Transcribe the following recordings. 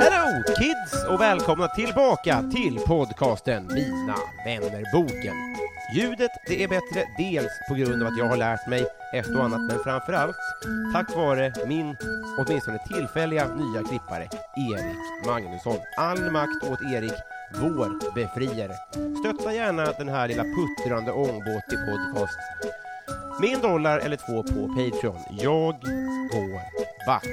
Hello kids och välkomna tillbaka till podcasten Mina vännerboken. Ljudet det är bättre dels på grund av att jag har lärt mig ett och annat men framförallt tack vare min åtminstone tillfälliga nya klippare Erik Magnusson. All makt åt Erik, vår befriare. Stötta gärna den här lilla puttrande ångbåt i podcast med en dollar eller två på Patreon. Jag går back.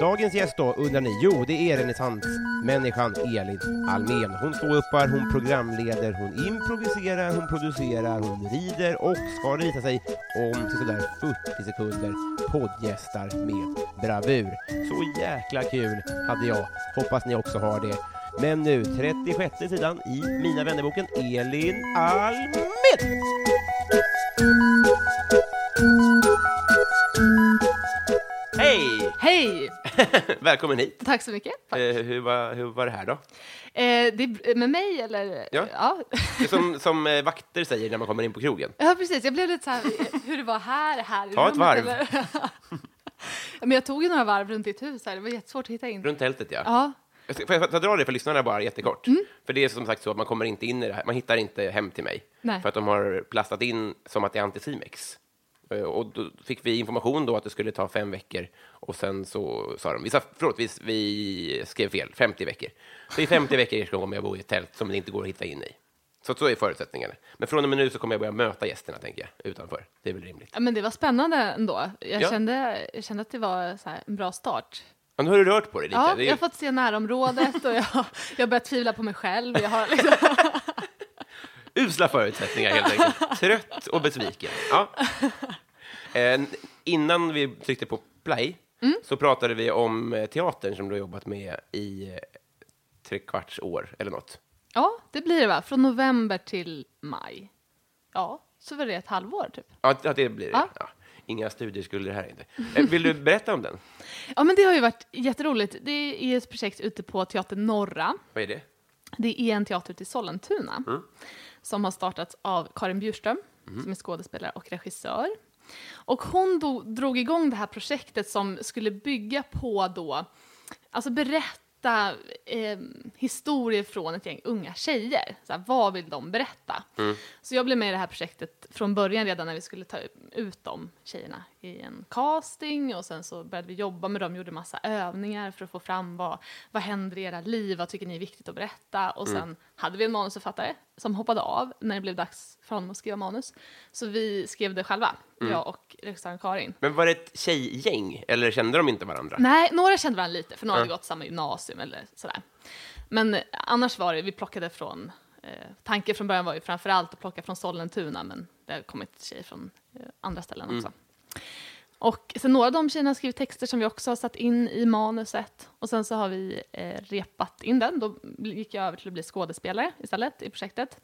Dagens gäst då, undrar ni? Jo, det är renässansmänniskan Elin Almén. Hon står uppar, hon programleder, hon improviserar, hon producerar, hon rider och ska det visa sig om till sådär 40 sekunder poddgästar med bravur. Så jäkla kul hade jag. Hoppas ni också har det. Men nu, 36 sidan i Mina vännerboken, Elin Almén! Hej! Hej! Välkommen hit. Tack så mycket. Tack. Eh, hur, var, hur var det här då? Eh, det är med mig, eller? Ja. ja. Det är Som, som eh, vakter säger när man kommer in på krogen. Ja, precis. Jag blev lite så här, eh, hur det var här, här i Ta ett rummet, varv. eller? Ja, Men jag tog ju några varv runt ditt hus här. Det var jättesvårt att hitta in. Runt tältet, ja. Ja, Jag ska- Får jag, får jag dra det för lyssnarna bara jättekort? För det är som sagt så att man kommer inte in i det här. Man hittar inte hem till mig. Nej. För att de har plastat in som att det är Anticimex. Eh, Och då fick vi information då att det skulle ta fem veckor. Och sen så sa de, vi sa, förlåt, vi, vi skrev fel, 50 veckor. Så i 50 veckor ska- kommer jag bo i ett tält som det inte går att hitta in i. Så att så är förutsättningarna. Men från och med nu så kommer jag börja möta gästerna, tänker jag, utanför. Det är väl rimligt. Ja, men det var spännande ändå. Jag, Ja. kände, jag kände att det var så här, en bra start. Ja, nu har du rört på dig lite. Ja, Det är- jag har fått se närområdet och jag, jag har börjat tvivla på mig själv. Jag har liksom, Usla förutsättningar helt enkelt. Trött och besviken. Ja. Eh, innan vi tryckte på play Mm. så pratade vi om eh, teatern som du har jobbat med i eh, tre kvarts år eller något. ja, det blir det va? Från november till maj. Ja, så var det ett halvår typ. Ja, t- ja, det blir det. Ja. Ja. Inga studieskulder här inte. Eh, vill du berätta om den? Ja, men det har ju varit jätteroligt. Det är ett projekt ute på Teater Norra. Vad är det? Det är en teater ute i Sollentuna som har startats av Karin Bjurström, som är skådespelare och regissör. Och hon do, drog igång det här projektet som skulle bygga på då, alltså berätta eh, historier från ett gäng unga tjejer. Så här, vad vill de berätta? Så jag blev med i det här projektet från början redan när vi skulle ta ut de tjejerna i en casting och sen så började vi jobba med dem, gjorde massa övningar för att få fram vad, vad händer i era liv, vad tycker ni är viktigt att berätta och sen hade vi en manusförfattare som hoppade av när det blev dags för honom att skriva manus. Så vi skrev det själva, jag och regissören Karin. Men var det ett tjejgäng eller kände de inte varandra? Nej, några kände varandra lite, för några hade gått samma gymnasium eller sådär. Men eh, annars var det, vi plockade från, eh, tanken från början var ju framför allt att plocka från Sollentuna, men det har kommit tjejer från eh, andra ställen också. Och sen några av de tjejerna har skrivit texter som vi också har satt in i manuset. Och sen så har vi eh, repat in den. Då gick jag över till att bli skådespelare istället i projektet.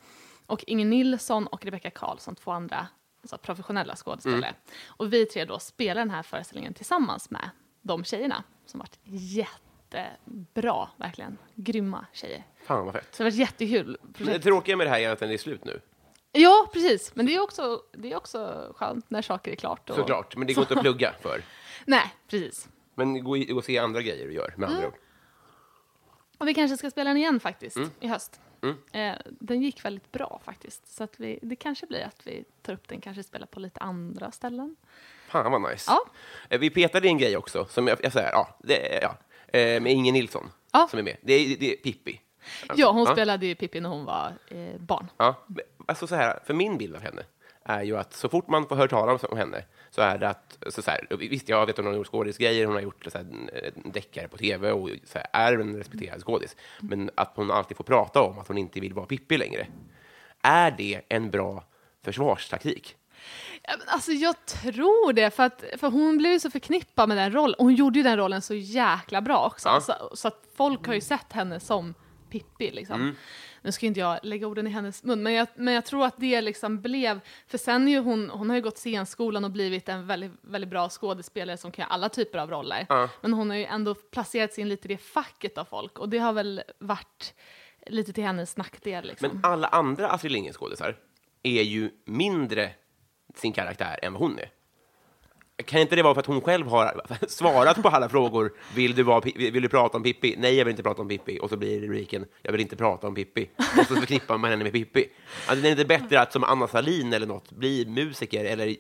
Och Inger Nilsson och Rebecca Karlsson, två andra alltså, professionella skådespelare. Och vi tre då spelar den här föreställningen tillsammans med de tjejerna som varit jättebra, verkligen. Grymma tjejer. Fan vad fett. Så det har varit jättekul Men det projekt. tråkiga med det här är att den är slut nu. Ja, precis. Men det är också, det är också skönt när saker är klart. Och... Såklart. Men det går inte att plugga för. Nej, precis. Men gå i- och se andra grejer du gör, med Mm. andra ord. Och vi kanske ska spela den igen faktiskt, i höst. Eh, den gick väldigt bra faktiskt, så att vi, det kanske blir att vi tar upp den, kanske spelar på lite andra ställen. Fan vad nice. Ja. Eh, Vi petade i en grej också, som jag, jag säger, ja, det, ja, eh, med Inge Nilsson Ja. som är med. Det är, det är Pippi. Ja, hon Alltså, Ja. spelade ju Pippi när hon var eh, barn. Ja. men, Alltså så här, för min bild av henne är ju att så fort man får höra talas om henne så är det att, så så här, visst jag vet att hon har gjort skådisgrejer, hon har gjort så här, en deckare på tv och så här, är en respekterad skådis, men att hon alltid får prata om att hon inte vill vara Pippi längre. Är det en bra försvarstaktik? Ja, men Alltså jag tror det, för, att, för hon blev ju så förknippad med den rollen. Och hon gjorde ju den rollen så jäkla bra också. Alltså, Ja. Så, så att folk har ju sett henne som Pippi liksom. Mm. Nu ska inte jag lägga orden i hennes mun, men jag, men jag tror att det liksom blev... För sen är ju hon, hon har ju gått scenskolan och blivit en väldigt, väldigt bra skådespelare som kan göra alla typer av roller. Men hon har ju ändå placerats in lite i det facket av folk och det har väl varit lite till hennes nackdel liksom. Men alla andra Astrid Lindgren-skådisar är ju mindre sin karaktär än vad hon är. Kan inte det vara för att hon själv har svarat på alla frågor? Vill du, vara, Pi- vill du prata om Pippi? Nej, jag vill inte prata om Pippi. Och så blir rubriken Jag vill inte prata om Pippi. Och så förknippar man henne med Pippi. Alltså, det är inte bättre att som Anna Salin eller något bli musiker eller...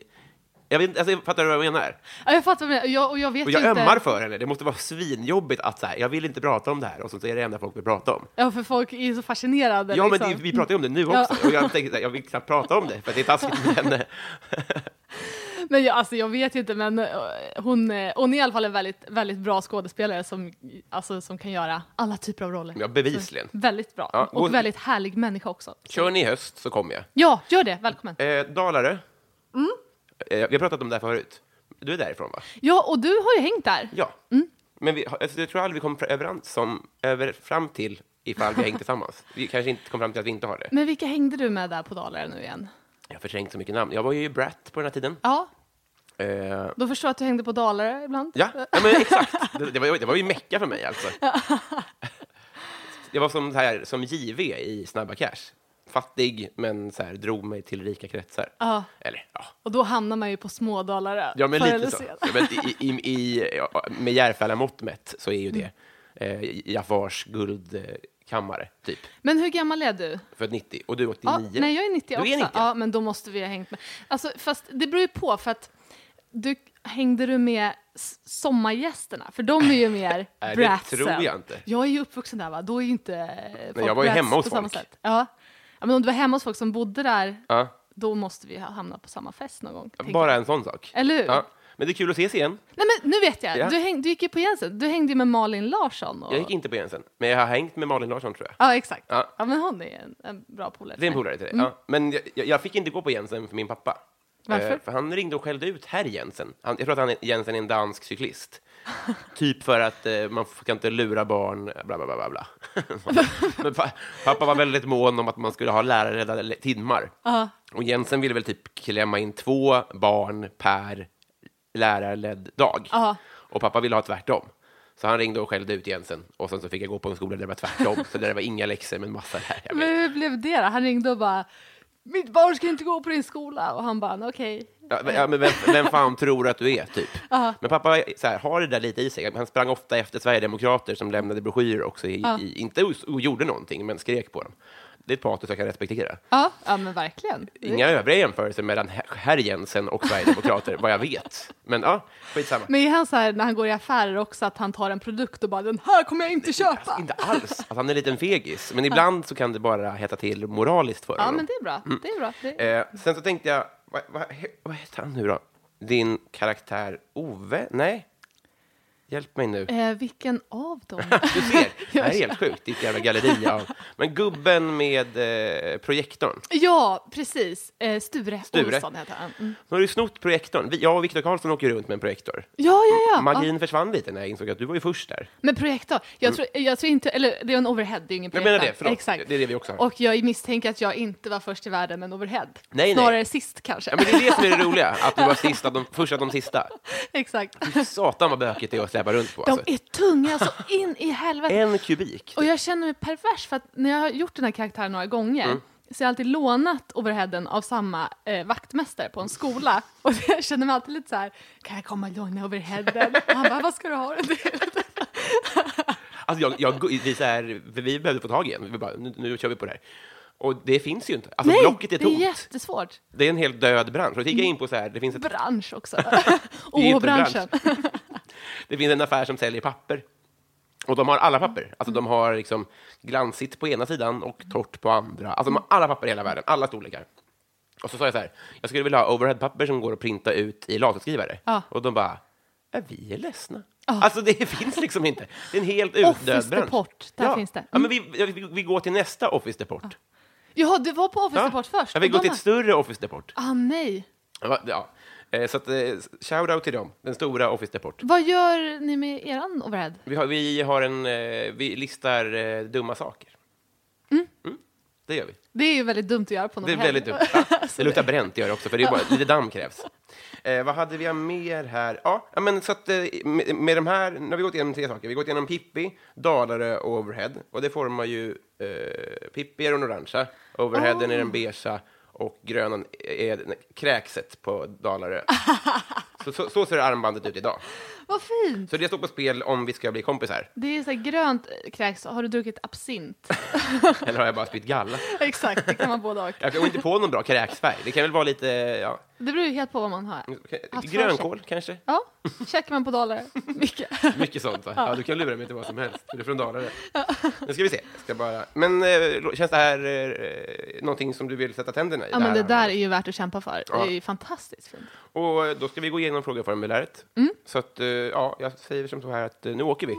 Jag vet, inte- alltså, fattar du vad jag menar? Ja, jag fattar vad du menar. Jag, och jag vet Och ju jag inte... ömmar för henne. Det måste vara svinjobbigt att så här, jag vill inte prata om det här och så är det det enda folk vill prata om. Ja, för folk är ju så fascinerade. Ja, men liksom. det, vi pratar ju om det nu Ja. också. Och jag tänkte att jag vill knappt prata om det, för att det är taskigt eh, med henne. Men jag, alltså, jag vet ju inte, men eh, hon, eh, hon är i alla fall en väldigt, väldigt bra skådespelare som, alltså, som kan göra alla typer av roller. Ja, bevisligen. Så, väldigt bra. Ja, och- och väldigt härlig människa också. Kör ni i höst så kommer jag. Ja, gör det. Välkommen. Eh, Dalarö. Mm. Eh, vi har pratat om det här förut. Du är därifrån, va? Ja, och du har ju hängt där. Ja. Mm. Men vi, har- alltså, jag tror aldrig vi kom fra- överens om, över, fram till ifall vi har hängt tillsammans. Vi kanske inte kom fram till att vi inte har det. Men vilka hängde du med där på Dalarö nu igen? Jag har förträngt så mycket namn. Jag var ju Brat på den här tiden. Ja, Eh, då förstår jag att du hängde på Dalarö ibland. Ja, ja men exakt. Det, det, var, ju- det var ju mecka för mig alltså. Det var som, så här, som JV i Snabba Cash. Fattig, men så här, drog mig till rika kretsar. Ja. Eller, ja. Och då hamnar man ju på små Dalarö. Ja, men förr eller lite så. senare. Ja, men i, i, i, ja, med Järfälla-mått mätt så är ju det Mm. eh, Jaffars guldkammare, typ. Men hur gammal är du? För 90. Och du är 89. Ja, nej, jag är 90 Du är också. 90. Ja, men då måste vi ha hängt med. Alltså, fast det beror ju på, för att du, hängde du med s- sommargästerna? För de är ju mer det bratsen. tror jag inte. Jag är ju uppvuxen där, va? Då är ju inte folk jag var ju brats hemma hos på samma folk. sätt. Ja. ja, men om du var hemma hos folk som bodde där, Ja, då måste vi ha hamnat på samma fest någon gång. tänker bara jag. en sån sak. Eller hur? Ja. Men det är kul att ses igen. Nej, men nu vet jag. Ja. Du, häng, du gick ju på Jensen. Du hängde ju med Malin Larsson. Och... Jag gick inte på Jensen, men jag har hängt med Malin Larsson, tror jag. Ja, exakt. Ja. Ja. men hon är en, en bra polare. Mm. Det är en polare till dig. Ja. Men jag, jag- jag fick inte gå på Jensen för min pappa. Eh, Varför? för han ringde och skällde ut herr Jensen. Han, jag tror att han, är- Jensen är en dansk cyklist. typ för att eh, man ska inte lura barn, bla, bla, bla, bla, bla. Men pa, pappa var väldigt mån om att man skulle ha lärarledda le- timmar. Och Jensen ville väl typ klämma in två barn per lärarledd dag. Ja. Och pappa ville ha tvärtom. Så han ringde och skällde ut Jensen. Och sen så fick jag gå på en skola där det var tvärtom. så där det var inga läxor, men massa lärare. Jag vet Men hur blev det då? Han ringde och bara mitt barn ska inte gå på din skola och han bara okej. Ja, men- ja, men vem, vem fan tror att du är, typ? Men pappa så här, har det där lite i sig. Han sprang ofta efter Sverigedemokrater som lämnade broschyrer också, i, i, inte os- och gjorde någonting, men skrek på dem. Det är ett patos jag kan respektera. Ja, ja men verkligen. Inga övriga jämförelser mellan herr- herr Jensen och Sverigedemokrater, vad jag vet. Men ja, skitsamma. Men är han så här när han går i affärer också att han tar en produkt och bara den här kommer jag inte köpa? Alltså, inte alls att han är en liten fegis, men ibland så kan det bara heta till moraliskt för Ja honom. men det är bra. Det är bra. Det... Eh, sen så tänkte jag, vad, vad, he- vad heter han nu då? Din karaktär Ove? Nej? Hjälp mig nu. Eh, vilken av dem? Du ser, det här är helt sjukt, ditt jävla galleri av... Men gubben med eh, projektorn. ja precis. Eh, Sture, Sture. Olsson heter han. Mm. Nu har du snott projektorn. Vi, jag och Viktor Karlsson åker runt med en projektor. Ja, ja, ja. Magin ja. försvann lite när jag insåg att du var ju först där. Men projektor. Jag tror, jag tror inte, eller det är en overhead, det är ju ingen Jag projektor. menar det, förlåt. Exakt. Det är det vi också har. Och jag misstänker att jag inte var först i världen med en overhead. nej. Snarare sist kanske. Ja, men det är det som är det roliga, att du var sist av de, först av de sista. Exakt. Fy Satan vad bökigt det är att släpa runt på. De Alltså. är tunga så in i helvete. En kubik. Mm. Och jag känner mig pervers för att när jag har gjort den här karaktären några gånger Så jag har alltid lånat overheaden av samma eh, vaktmästare på en skola. Och jag känner mig alltid lite så här, kan jag komma och låna overheaden? Och han bara, vad ska du ha den till? Alltså jag, jag, vi, så här, vi behövde få tag i en. Vi bara, nu, nu kör vi på det här. Och det finns ju inte. Alltså blocket är det är tomt. jättesvårt. Det är en helt död bransch. Och så gick jag in på så här, det finns, ett, Bransch också. Det är inte Åh, branschen. det finns en affär som säljer papper. Och de har alla papper. Alltså de har liksom glansigt på ena sidan och torrt på andra. Alltså de har alla papper i hela världen, alla storlekar. Och så sa jag så här, jag skulle vilja ha overheadpapper som går att printa ut i laserskrivare. Ja. Och de bara, ja, vi är ledsna. Alltså det finns liksom inte. Det är en helt utdöd bransch. Office Deport, där ja. finns det. Mm. Ja, men vi, ja, vi, vi går till nästa Office Deport. Ja, du var på Office Depot först. Jag vill och gå de till har- ett större Office Deport. Ah, nej. Ja, Ja. Eh, Så att, eh, shout out till dem, den stora Office Deport. Vad gör ni med eran overhead? Vi har, vi har en, eh, vi listar eh, dumma saker. Mm, Det gör vi. Det är ju väldigt dumt att göra på en Det är overhead. väldigt dumt. Ja, det luktar bränt gör det också, för det är bara lite damm krävs. Eh, vad hade vi mer här? Ja, ja, men så att eh, med, med de här, nu har vi gått igenom tre saker. Vi har gått igenom Pippi, Dalare och Overhead. Och det formar ju, eh, Pippi är den orangea, Overheaden är den beigea och grönan är den- kräkset på Dalare. så, så, så ser armbandet ut idag. Vad fint! Så det står på spel om vi ska bli kompisar. Det är så här grönt eh, kräks. Har du druckit absint? Eller har jag bara spytt galla? Exakt, det kan vara både och. Jag kommer inte på någon bra kräksfärg. Det kan väl vara lite ja, Det beror ju helt på vad man har. Haft för grönkål sig. kanske? Ja, checkar man på dollar. Mycket. Mycket sånt. Va? Ja, du kan lura mig till vad som helst. Du är från Dalarna. Nu ska vi se. Ska bara... Men eh, lo- känns det här eh, någonting som du vill sätta tänderna i? Ja, men här det där är arrangemanget? ju värt att kämpa för. Det alltså. Ja. är ju fantastiskt fint. Och eh, då ska vi gå igenom frågeformuläret. Mm. Så att, eh, ja, jag säger som så här att eh, nu åker vi.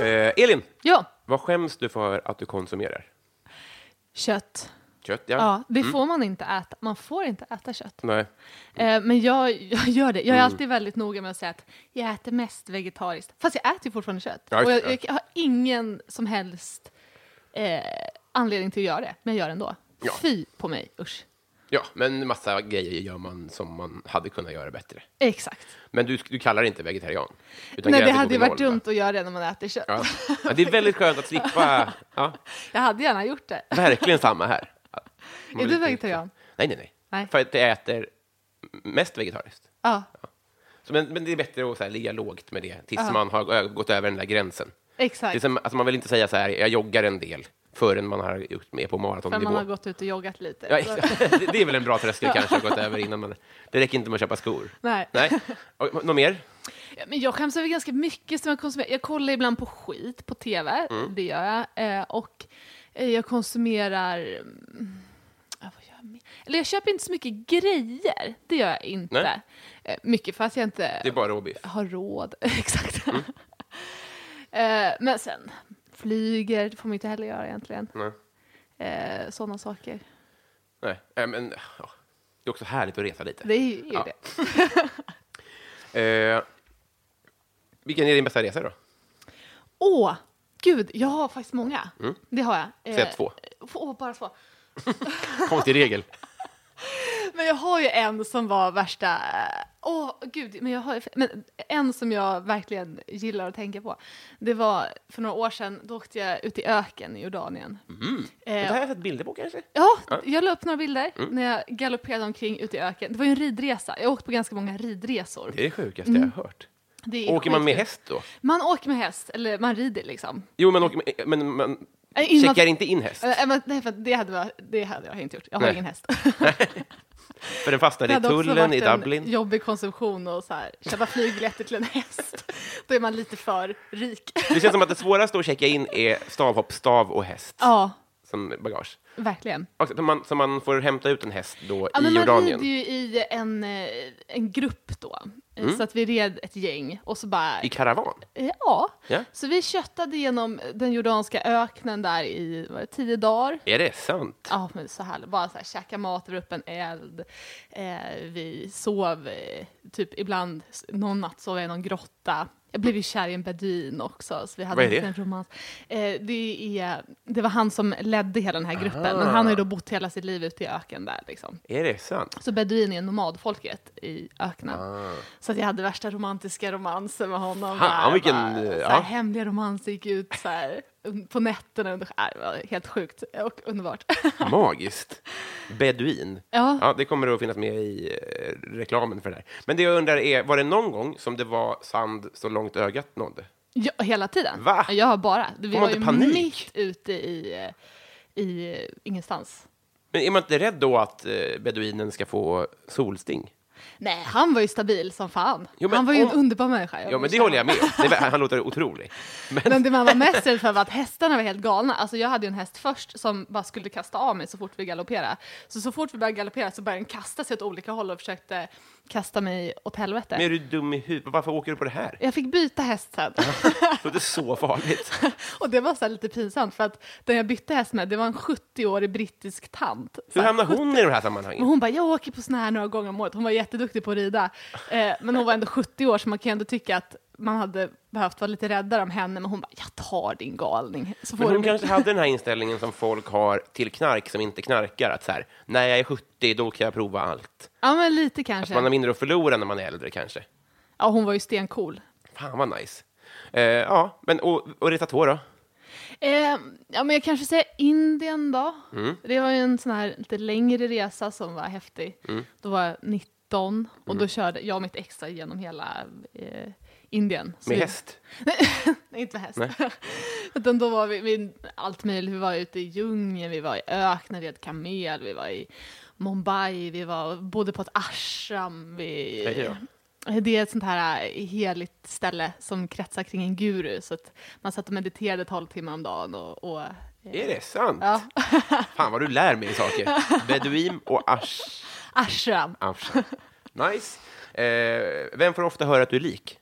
Eh, Elin, Ja, vad skäms du för att du konsumerar? kött. Mm. Kött, ja. Ja, det får man inte äta. Man får inte äta kött. Nej. Eh, Men jag, jag gör det. Jag är alltid väldigt noga med att säga att jag äter mest vegetariskt. Fast jag äter ju fortfarande kött. Ja, just Och det, ja. jag, jag har ingen som helst eh, anledning till att göra det. Men jag gör det ändå. Ja. Fy på mig, usch. Ja, men massa grejer gör man som man hade kunnat göra bättre. Exakt. Men du, du kallar det inte vegetarian? utan Nej, det gränsen går hade ju vid varit noll, dumt va? att göra det när man äter kött. Ja. Ja, det är väldigt skönt att slippa. Ja, Jag hade gärna gjort det. verkligen samma här. Man Är blir du lite- vegetarian? Nej, nej, nej, Nej. För att jag äter mest vegetariskt. Ja, Så, men, men det är bättre att så här, ligga lågt med det tills man har ö- gått över den där gränsen. Det är exakt. som, alltså, man vill inte säga så här, jag joggar en del förrän man har gjort med på För maratonnivå. man har gått ut och joggat lite. Ja, Så- exakt. Det- det är väl en bra tröskel kanske att gått över innan man... Det räcker inte med att köpa skor. Nej. Nej. Och, något mer? Ja, Men jag skäms över ganska mycket som jag konsumerar. Jag kollar ibland på skit på tv, Mm. det gör jag. Eh, och eh, jag konsumerar... mm, ja, vad gör jag mer? Eller jag köper inte så mycket grejer, det gör jag inte. Nej. Eh, mycket för att jag inte Det är bara Mm. råbiff. har råd. Exakt. eh, men sen, flyger, det får man inte heller göra egentligen. Nej. Eh, Sådana saker. Nej, äh, men ja. det är också härligt att resa lite. Det är ju är ju Ja. det. Eh, vilken är din bästa resa då? Åh, gud, jag har faktiskt många. Det har jag. Eh, Säg Mm. två. Åh, bara två. Konstig regel. Men jag har ju en som var värsta... eh, Åh, gud. Men, jag har, ju- men en som jag verkligen gillar att tänka på. Det var för några år sedan, då åkte jag ut i öken i Jordanien. Mm. Det här Mm. Eh, har jag sett bilder på kanske. ja, jag la upp några bilder när jag galopperade omkring ute i öken. Det var ju en ridresa. Jag har åkt på ganska många ridresor. Det är det sjukaste jag har hört. Mm. Det är Åker man med skitkul. häst då? Man åker med häst, eller man rider liksom. Jo, men, åker med, men man Nej, innan- checkar inte in häst, Eh, men, nej, för det hade, jag, det hade jag inte gjort. Jag har Nej. ingen häst. för den fastnade i hade också tullen i varit en Dublin. jobbig konsumtion och så här, köpa flygbiljetter till en häst. Då är man lite för rik. Det känns som att det svåraste att checka in är stavhopp, stav och häst Ja, som bagage. verkligen. Och så man, så man får hämta ut en häst då Ja, i men man Jordanien. rider ju i en, eh, en grupp då. Eh, Så att vi red ett gäng och så bara... Mm. I karavan. eh, Ja. Ja. Så vi köttade genom den jordanska öknen där i vad var det, tio dagar. Är det sant? Ja, men så här, bara så här, käka mat över öppen eld. Eh, vi sov, eh, typ ibland, s- någon natt sov jag i någon grotta. Jag blev ju kär i en beduin också, så vi hade Vad är en det? liten romans. Eh, det, är, det var han som ledde hela den här gruppen, men han har ju då bott hela sitt liv ute i öken där liksom. Är det sant? Så beduin är nomadfolket i öknen. Så att jag hade värsta romantiska romanser med honom. Ah. Fan, där. vilken, bara, så här, eh, ja. Hemliga romanser gick ut så här. på nätterna under... Äh, det var helt sjukt och underbart. Magiskt. Beduin. Ja. det kommer att finnas med i eh, reklamen för det här. Men det jag undrar är, var det någon gång som det var sand så långt ögat nådde? Ja, hela tiden. Va? Ja, bara. Vi man var inte ju panik? mitt ute i, eh, i eh, ingenstans. Men är man inte rädd då att eh, beduinen ska få solsting? Nej, han var ju stabil som fan. Jo, men han var ju om- en underbar människa. Ja, men det håller jag med om. Det, var- han låter otrolig. Men, Men det man var mest rädd för var att hästarna var helt galna. Alltså jag hade ju en häst först som bara skulle kasta av mig så fort vi galopperade. Så så fort vi började galoppera så började den kasta sig åt olika håll och försökte kasta mig åt helvete. men är du dum i huvudet? Varför åker du på det här? Jag fick byta häst sen. Det låter så farligt. och det var så här lite pinsamt för att den jag bytte häst med det var en 70-årig brittisk tant. Så Hur här, hamnar hon i de här sammanhangen? Men hon bara, jag åker på såna här några gånger om året. Hon var jätteduktig på att rida. Eh, men hon var ändå 70 år, så man kan ju ändå tycka att man hade behövt vara lite räddare om henne. Men hon bara, jag tar din galning. Så får Men du hon bli- kanske hade den här inställningen som folk har till knark som inte knarkar, att så här, när jag är 70, då kan jag prova allt. Ja, men lite kanske. Man har mindre att förlora när man är äldre kanske. Ja, hon var ju stencool. Fan vad nice. Eh, ja, men och, och reta tå då? Eh, ja, men jag kanske säger Indien då. Mm. Det var ju en sån här lite längre resa som var häftig. Mm. Då var jag 19 och då körde jag och mitt ex genom hela eh, Indien. Så Med vi- häst? Nej, inte med häst. Utan då var vi, vi allt möjligt. Vi var ute i djungeln, vi var i öknen, vi hade kamel, vi var i Mumbai, vi var, bodde på ett ashram. Hej Vi, då. det är ett sånt här äh, heligt ställe som kretsar kring en guru. Så att man satt och mediterade tolv timmar om dagen. Och, och, eh, Är det sant? ja, Fan vad du lär mig saker. Beduin och ash. ashram. Afshan. Nice. Eh, vem får ofta höra att du är lik?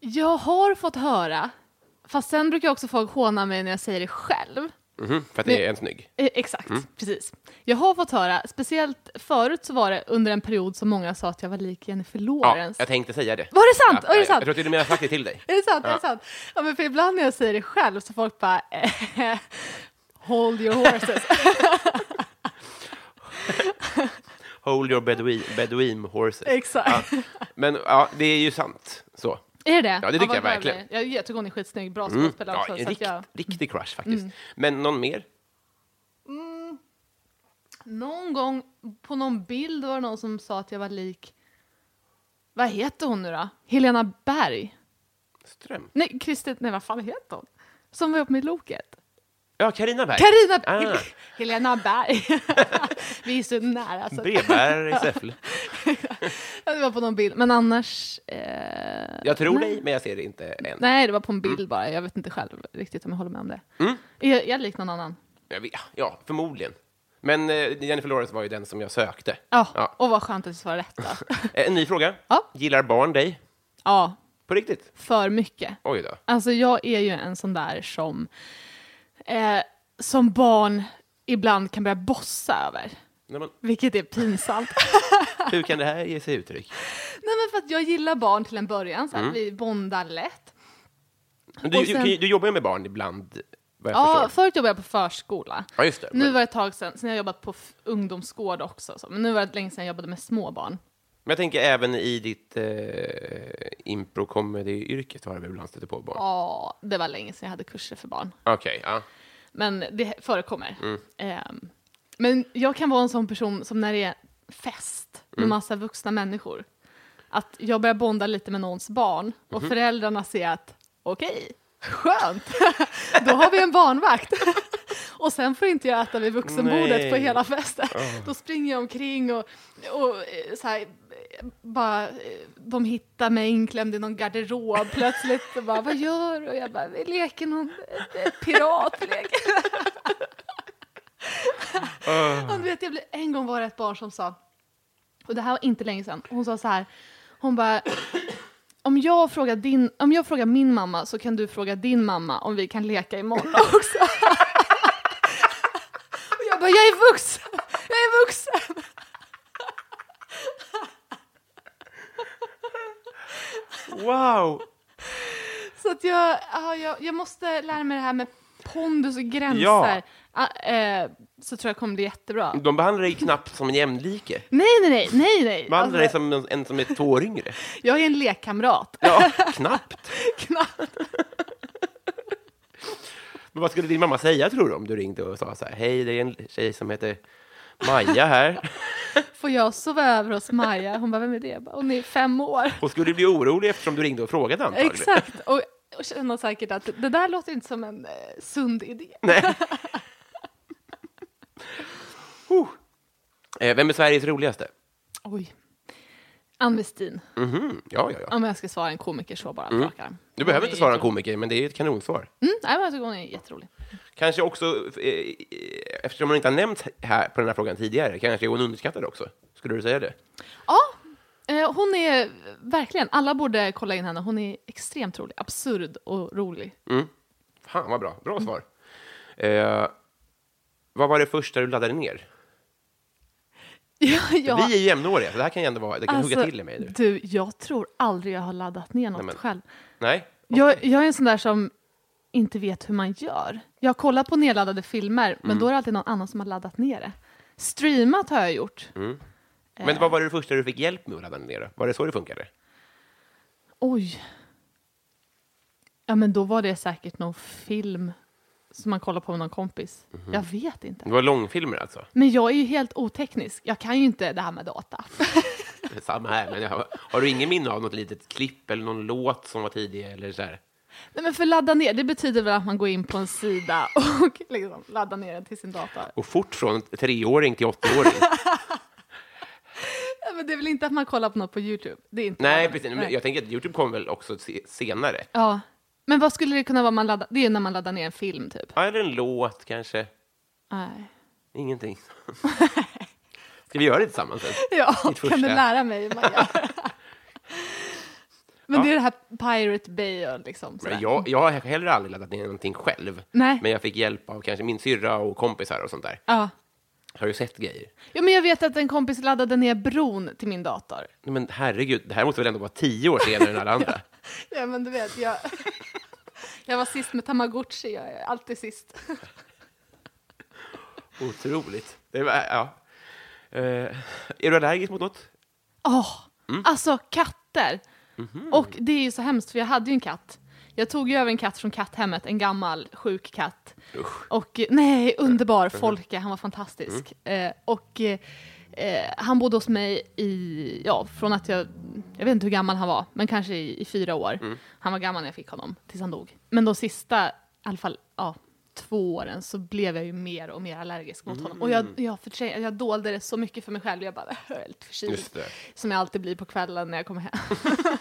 Jag har fått höra, fast sen brukar också folk håna mig när jag säger det själv. Mhm, för att det är en snygg. Eh, Exakt, Mm. precis. Jag har fått höra, speciellt förut så var det under en period som många sa att jag var lik Jennifer Ja, Lawrence. jag tänkte säga det. Var det sant? Ja, Var det jag- sant? Jag tror till och med jag har sagt det till dig. Är det sant? Är det sant? Ja, men för ibland när jag säger det själv så folk bara eh, Hold your horses. Hold your beduin, beduin horses. Exakt. Men ja, det är ju sant. Så. Är det det? Ja, det tycker vad jag bra verkligen. det blir. Jag, jag tycker hon är skitsnygg, bra Mm. skådespelare Ja, också. en Så att rikt, jag, Mm. riktig crush faktiskt. Men någon mer? någon gång på någon bild var det någon som sa att jag var lik, vad heter hon nu då? Helena Berg? Ström? Nej, Kristin, nej vad fan heter hon? Som var uppe med Loket. Ja, Carina Berg. Carina Ah. Hel- Helena Berg. Vi är så nära. Så. Brevbärare i Säffle. Det var på någon bild, men annars... Eh, Jag tror nej. dig, Mm. men jag ser det inte än. Nej, det var på en bild bara. Jag vet inte själv riktigt om jag håller med om det. Mm. Är jag, är jag lik någon annan? Jag vet, ja, förmodligen. Men eh, Jennifer Lawrence var ju den som jag sökte. Ja, Ja. och vad skönt att du svarade rätt då. Eh, En ny fråga. Ja. Gillar barn dig? ja, På riktigt? för mycket. Oj då. Alltså jag är ju en sån där som, eh, som barn ibland kan börja bossa över. Nej, men, Vilket är pinsamt. hur kan det här ge sig uttryck? Nej men för att jag gillar barn till en början, Mm. så här, vi bondar lätt. Men Du, Och sen- du, du jobbar ju med barn ibland, vad jag Ja, förstår. förut jobbade jag på förskola. Ja, just det. Nu Men, var det ett tag sedan, sen har jag jobbat på f- ungdomsgård också, så. men nu var det länge sedan jag jobbade med små barn. men jag tänker även i ditt eh, impro-comedy-yrke så har du väl ibland stött på barn? Ja, det var länge sedan jag hade kurser för barn. Okej, ja. Men det förekommer. Mm. Ehm, men jag kan vara en sån person som när det är fest med Mm. massa vuxna människor, att jag börjar bonda lite med någons barn och Mhm. föräldrarna ser att okej, skönt, då har vi en barnvakt. Och sen får inte jag äta vid vuxenbordet Nej. på hela festen. Då springer jag omkring och, och eh, så här, eh, bara, eh, de hittar mig inklämd i någon garderob plötsligt. Och bara, vad gör du? Och jag bara, vi leker någon eh, piratlek. Och du vet, jag blev, en gång var det ett barn som sa, och det här var inte länge sedan, hon sa så här, hon bara, om jag, frågar din, om jag frågar min mamma så kan du fråga din mamma om vi kan leka imorgon också. och jag bara, jag är vuxen, jag är vuxen. Wow! Så att jag, ja, jag, jag måste lära mig det här med pondus och gränser. Ja. Ah, eh, så tror jag kommer bli jättebra. De behandlar dig knappt som en jämlike. Nej, nej, nej, nej, nej. De behandlar dig Alltså, som en, en som är två år yngre. jag är en lekkamrat. Ja, knappt. Knappt. Men vad skulle din mamma säga, tror du, om du ringde och sa så här, hej, det är en tjej som heter Maja här. Får jag sova över hos Maja? Hon bara, vem är det? Jag bara, Hon är fem år. Hon skulle bli orolig eftersom du ringde och frågade antagligen. Exakt. Och, och känner säkert att det där låter inte som en eh, sund idé. Nej. Huh. Eh, Vem är Sveriges roligaste? Oj. Ann Westin. Mhm, Ja, ja, ja. Om jag ska svara en komiker så bara på rak arm. Mm. Du behöver Hon inte är svara en jätterolig. komiker, men det är ju ett kanonsvar. Mm, nej, men jag tycker hon är jätterolig. Kanske också, eh, eh, eftersom hon inte har nämnt här på den här frågan tidigare, kanske är hon underskattad också. Skulle du säga det? Ja, eh, hon är verkligen, alla borde kolla in henne. Hon är extremt rolig, absurd och rolig. Mm. Fan, vad bra. Bra svar. Eh, vad var det första du laddade ner? Ja, Vi är ju jämnåriga, så det här kan ju ändå vara... Det kan hugga alltså, till i mig nu. Du, jag tror aldrig jag har laddat ner något men- själv. Nej? Jag, jag är en sån där som inte vet hur man gör. Jag har kollat på nedladdade filmer, Mm. men då är det alltid någon annan som har laddat ner det. Streamat har jag gjort. Eh. Men vad var det första du fick hjälp med att ladda ner? Då? Var det så det funkade? Oj. Ja, men då var det säkert någon film som man kollar på med någon kompis. Mhm. Jag vet inte. Det var långfilmer alltså? Men jag är ju helt oteknisk. Jag kan ju inte det här med data. Samma här, men jag, har- har du ingen minne av något litet klipp eller någon låt som var tidig eller så här? Nej, men för ladda ner, det betyder väl att man går in på en sida och liksom laddar ner den till sin dator. Och fort från treåring till åttaåring. Nej, men det är väl inte att man kollar på något på YouTube? Det är inte Nej, ladda ner. precis. Men jag tänker att Youtube kommer väl också se- senare? Ja. Men vad skulle det kunna vara man laddar? Det är ju när man laddar ner en film typ. Ja, eller en låt kanske. Nej. Ingenting. Ska vi göra det tillsammans sen? Ja, Mitt kan du första. lära mig hur man gör? Men det är det här Pirate Bay och liksom sådär. Men Jag, jag har heller aldrig laddat ner någonting själv. Nej. Men jag fick hjälp av kanske min syrra och kompisar och sånt där. Ja. Har du sett grejer? ja, men jag vet att en kompis laddade ner bron till min dator. Nej, men herregud, det här måste väl ändå vara tio år senare än alla andra? Ja, men du vet, jag, jag var sist med Tamagotchi. Jag är alltid sist. Otroligt. Det var, ja. Eh, är du allergisk mot något? Åh, alltså katter. Och det är ju så hemskt, för jag hade ju en katt. Jag tog ju över en katt från katthemmet, en gammal sjuk katt. Och eh, nej, underbar Folke, han var fantastisk. Eh, och eh, eh, han bodde hos mig i, ja, från att jag, jag vet inte hur gammal han var, men kanske i, i fyra år. Han var gammal när jag fick honom, tills han dog. Men de sista, i alla fall, ja, två åren så blev jag ju mer och mer allergisk mot honom. Och jag, jag, förträng, jag dolde det så mycket för mig själv, jag bara, jag är lite förkyld. Just det. Som jag alltid blir på kvällen när jag kommer hem.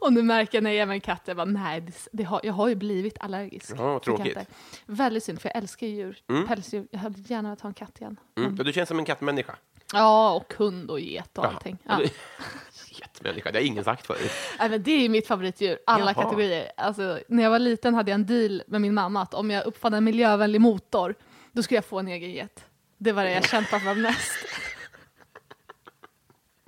Och nu märker jag när jag är med en katt, jag bara nej, det, det har, jag har ju blivit allergisk. Ja, för tråkigt. katter. Väldigt synd, för jag älskar ju djur. Pälsdjur. Jag hade gärna velat ha en katt igen. Mm. Du känns som en kattmänniska. Ja, och hund och get och allting. Ja. Kattmänniska, det har ingen sagt förut. Nej, men det är ju mitt favoritdjur, alla Jaha. kategorier. Alltså, när jag var liten hade jag en deal med min mamma att om jag uppfann en miljövänlig motor, då skulle jag få en egen get. Det var det jag kämpade för mest.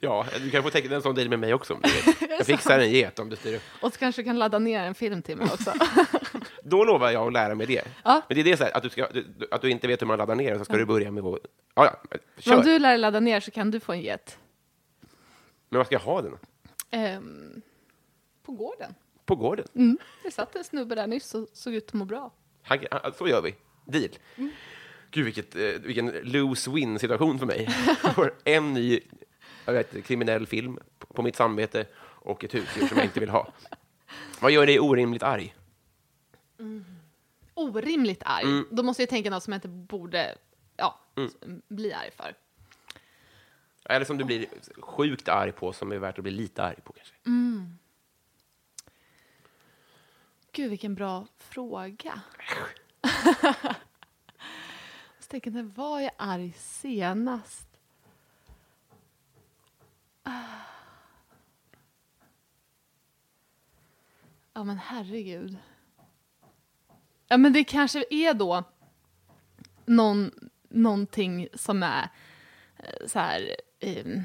Ja, du kan få teckna en sån deal med mig också. Om du vill. Jag fixar en get om du styr upp. Och så kanske du kan ladda ner en film till mig också. Då lovar jag att lära mig det. Ja. Men det är det så här, att, du ska, du, du- att du inte vet hur man laddar ner och så ska du börja med att... Ja, ja, Men kör. om du lär dig ladda ner så kan du få en get. Men vad ska jag ha den? Ehm, på gården. På gården? Det satt en snubbe där nyss och såg ut att må bra. Han, han, så gör vi. Deal. Mm. Gud, vilket, eh, vilken lose-win-situation för mig. Jag får en ny jag vet, kriminell film på mitt samvete och ett husdjur som jag inte vill ha. Vad gör dig orimligt arg? Orimligt arg. Då måste jag tänka något som jag inte borde ja, s- bli arg för. Eller som du blir sjukt arg på, som är värt att bli lite arg på kanske. Mm. Gud, vilken bra fråga. jag tänker, när var jag arg senast? Ah. Ja, men herregud. Ja, men det kanske är då någon, någonting som är eh, så här... ehm,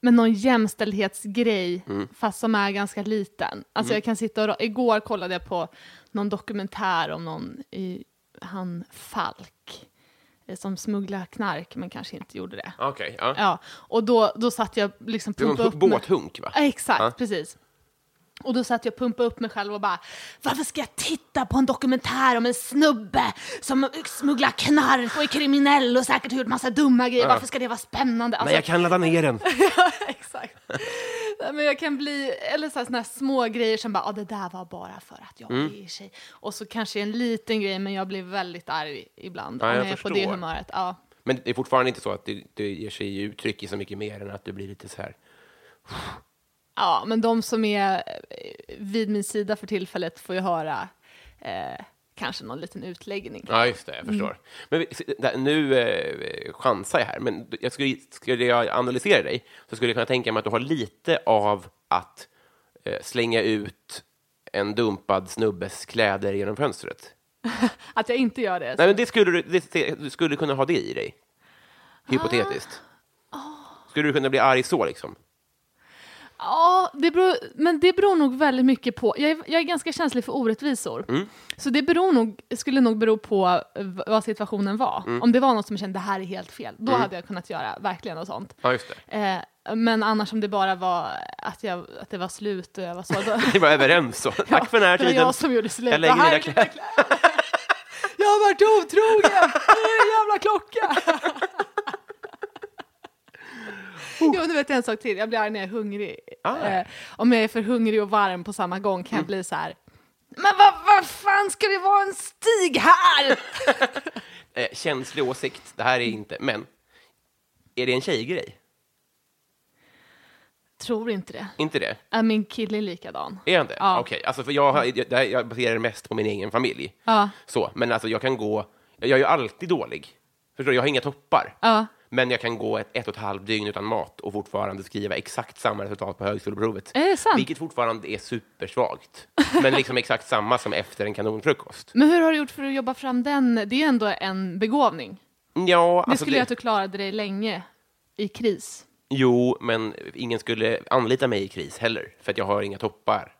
men någon jämställdhetsgrej, Mm. fast som är ganska liten. Alltså jag kan sitta och, igår kollade jag på någon dokumentär om någon, i, han Falk, eh, som smugglar knark men kanske inte gjorde det. Okej, ja. Ja, och då, då satt jag liksom... Det är någon pumpade hu- upp mig- båthunk, va? Ja, Exakt, Ja. precis. Och då satt jag och pumpade upp mig själv och bara, varför ska jag titta på en dokumentär om en snubbe som smugglar knark och är kriminell och säkert har gjort massa dumma grejer, varför ska det vara spännande? Alltså, Nej, jag kan ladda ner den. Ja, exakt. Nej, Men jag kan bli, eller så här, såna här små grejer som bara, ah, det där var bara för att jag Mm. är tjej. Och så kanske en liten grej, men jag blir väldigt arg ibland. Ja, om jag jag är på det förstår. humöret. Ja. Men det är fortfarande inte så att det, det ger sig uttryck i så mycket mer än att du blir lite så här. ja, men de som är eh, vid min sida för tillfället får ju höra eh, kanske någon liten utläggning. Ja, just det, jag förstår. Men vi- se- där, nu eh, chansar jag här, men jag skulle, skulle jag analysera dig så skulle jag kunna tänka mig att du har lite av att eh, slänga ut en dumpad snubbes kläder genom fönstret. Att jag inte gör det. Nej, men det skulle du, det, det, du skulle kunna ha det i dig, hypotetiskt. Skulle du kunna bli arg så, liksom? Ja, det beror, men det beror nog väldigt mycket på. Jag är, jag är ganska känslig för orättvisor. Så det beror nog, skulle nog bero på eh, vad situationen var. Om det var något som jag kände det här är helt fel, då hade jag kunnat göra verkligen något sånt. Ja, just det. Eh, men annars om det bara var att, jag, att det var slut och jag var så... Då, Ni var överens så. Tack för den här Det var tiden. jag som gjorde slut. Jag lägger Det här mina är mina kläder. jag har varit otrogen! Det är en jävla klocka! Jo, nu vet jag en sak till. Jag blir arg när jag är hungrig. Eh, om jag är för hungrig och varm på samma gång kan jag bli så här. Men vad vad fan ska det vara en stig här? Eh, känslig åsikt, det här är inte, men är det en tjejgrej? Tror inte det. Inte det? Äh, Min kille är likadan. Är han det? Ja. Okej, alltså för jag, har- jag, det här- jag baserar det mest på min egen familj. Ja. Så, men alltså jag kan gå, jag är ju alltid dålig. Förstår du? Jag har inga toppar. Ja. Men jag kan gå ett, ett och ett halvt dygn utan mat och fortfarande skriva exakt samma resultat på högskoleprovet. Är det sant? Vilket fortfarande är supersvagt. Men liksom exakt samma som efter en kanonfrukost. Men hur har du gjort för att jobba fram den? Det är ju ändå en begåvning. Ja, alltså, Det skulle göra att du klarade dig länge i kris. Jo, men ingen skulle anlita mig i kris heller, för att jag har inga toppar.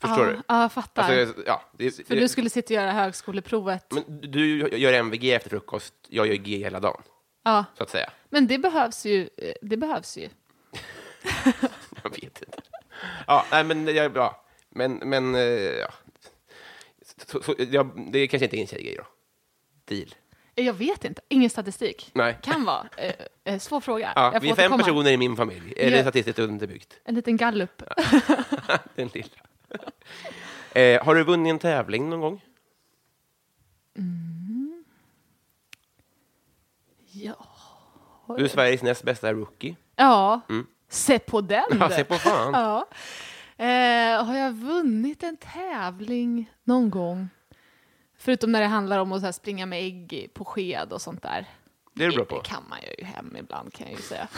Förstår ja, du? Ja, jag fattar. Alltså, ja, det, För det, du skulle sitta och göra högskoleprovet. Men, men du gör MVG efter frukost, jag gör G hela dagen, ja. så att säga. men det behövs ju. eh, Det behövs ju. Jag vet inte. Ja, nej, men, jag, ja, men, men eh, ja. Så, så, jag, det är kanske inte är en tjejgrej då. Deal. Eh, Jag vet inte. Ingen statistik. Nej. Kan vara. Eh, eh, svår fråga. Ja, jag får vi är fem återkomma. personer i min familj. Är Ja. det statistiskt underbyggt? En liten gallup. Den lilla. Eh, har du vunnit en tävling någon gång? Ja. Du är Sveriges näst bästa rookie. ja. Se på den. Ja, se på fan. Mm. Ja. Eh, har jag vunnit en tävling någon gång? Förutom när det handlar om att så här, springa med ägg på sked och sånt där. Det är du bra på. kan man ju hem ibland kan jag ju säga.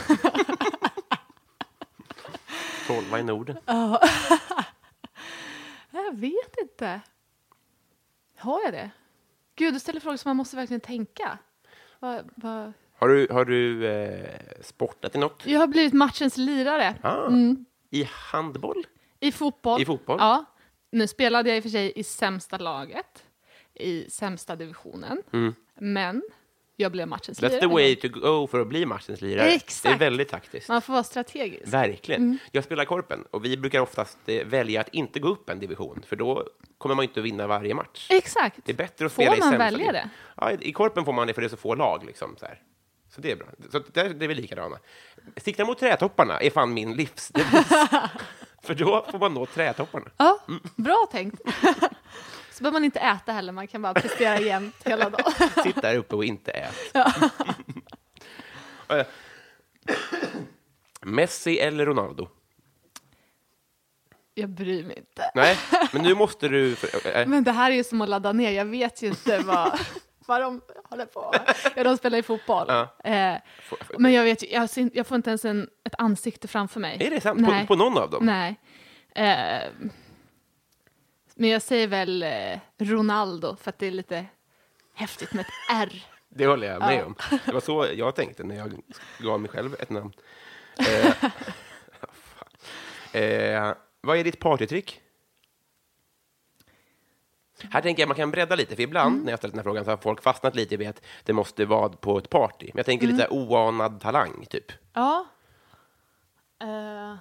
Tolva i Norden. Jag vet inte. Har jag det? Gud, du ställer frågor som man måste verkligen tänka. Vad- vad- Har du, har du eh, sportat i något? Jag har blivit matchens lirare Ah, Mm. I handboll? i fotboll. I fotboll? Ja. Nu spelade jag i och för sig i sämsta laget, i sämsta divisionen, men jag blev matchens Mm. That's lirare. the way to go för att bli matchens lirare. Det är Exakt. väldigt taktiskt. Man Mm. får vara strategisk. Verkligen. Jag spelar korpen och vi brukar oftast eh, välja att inte gå upp en division för då kommer man ju inte att vinna varje match. Exakt. Det är bättre att Får spela i man sämsta välja ligan. det? Ja, i- I korpen får man det för det är så få lag. Liksom, så, här. så det är bra. Så att där, det är vi likadana. Sikta mot trädtopparna är fan min livsdevis. för då får man nå trädtopparna. Ja, bra tänkt. Så behöver man inte äta heller, man kan bara prestera jämt hela dagen. Sitt där uppe och inte ät. Eh, Messi eller Ronaldo? Jag bryr mig inte. Nej, men nu måste du... eh, Men det här är ju som att ladda ner, jag vet ju inte vad, vad de håller på med. Ja, de spelar ju fotboll. Eh, men jag vet ju, jag, ser, jag får inte ens en, ett ansikte framför mig. Är det sant? På, på någon av dem? Nej. Eh, men jag säger väl eh, Ronaldo, för att det är lite häftigt med ett R. Det håller jag med om. Det var så jag tänkte när jag gav mig själv ett namn. Eh, eh, vad är ditt partytrick? Här tänker jag man kan bredda lite, för ibland Mm. när jag ställt den här frågan så har folk fastnat lite i att det måste vara på ett party. Men jag tänker Mm. lite så här oanad talang, typ. Ja. Eh,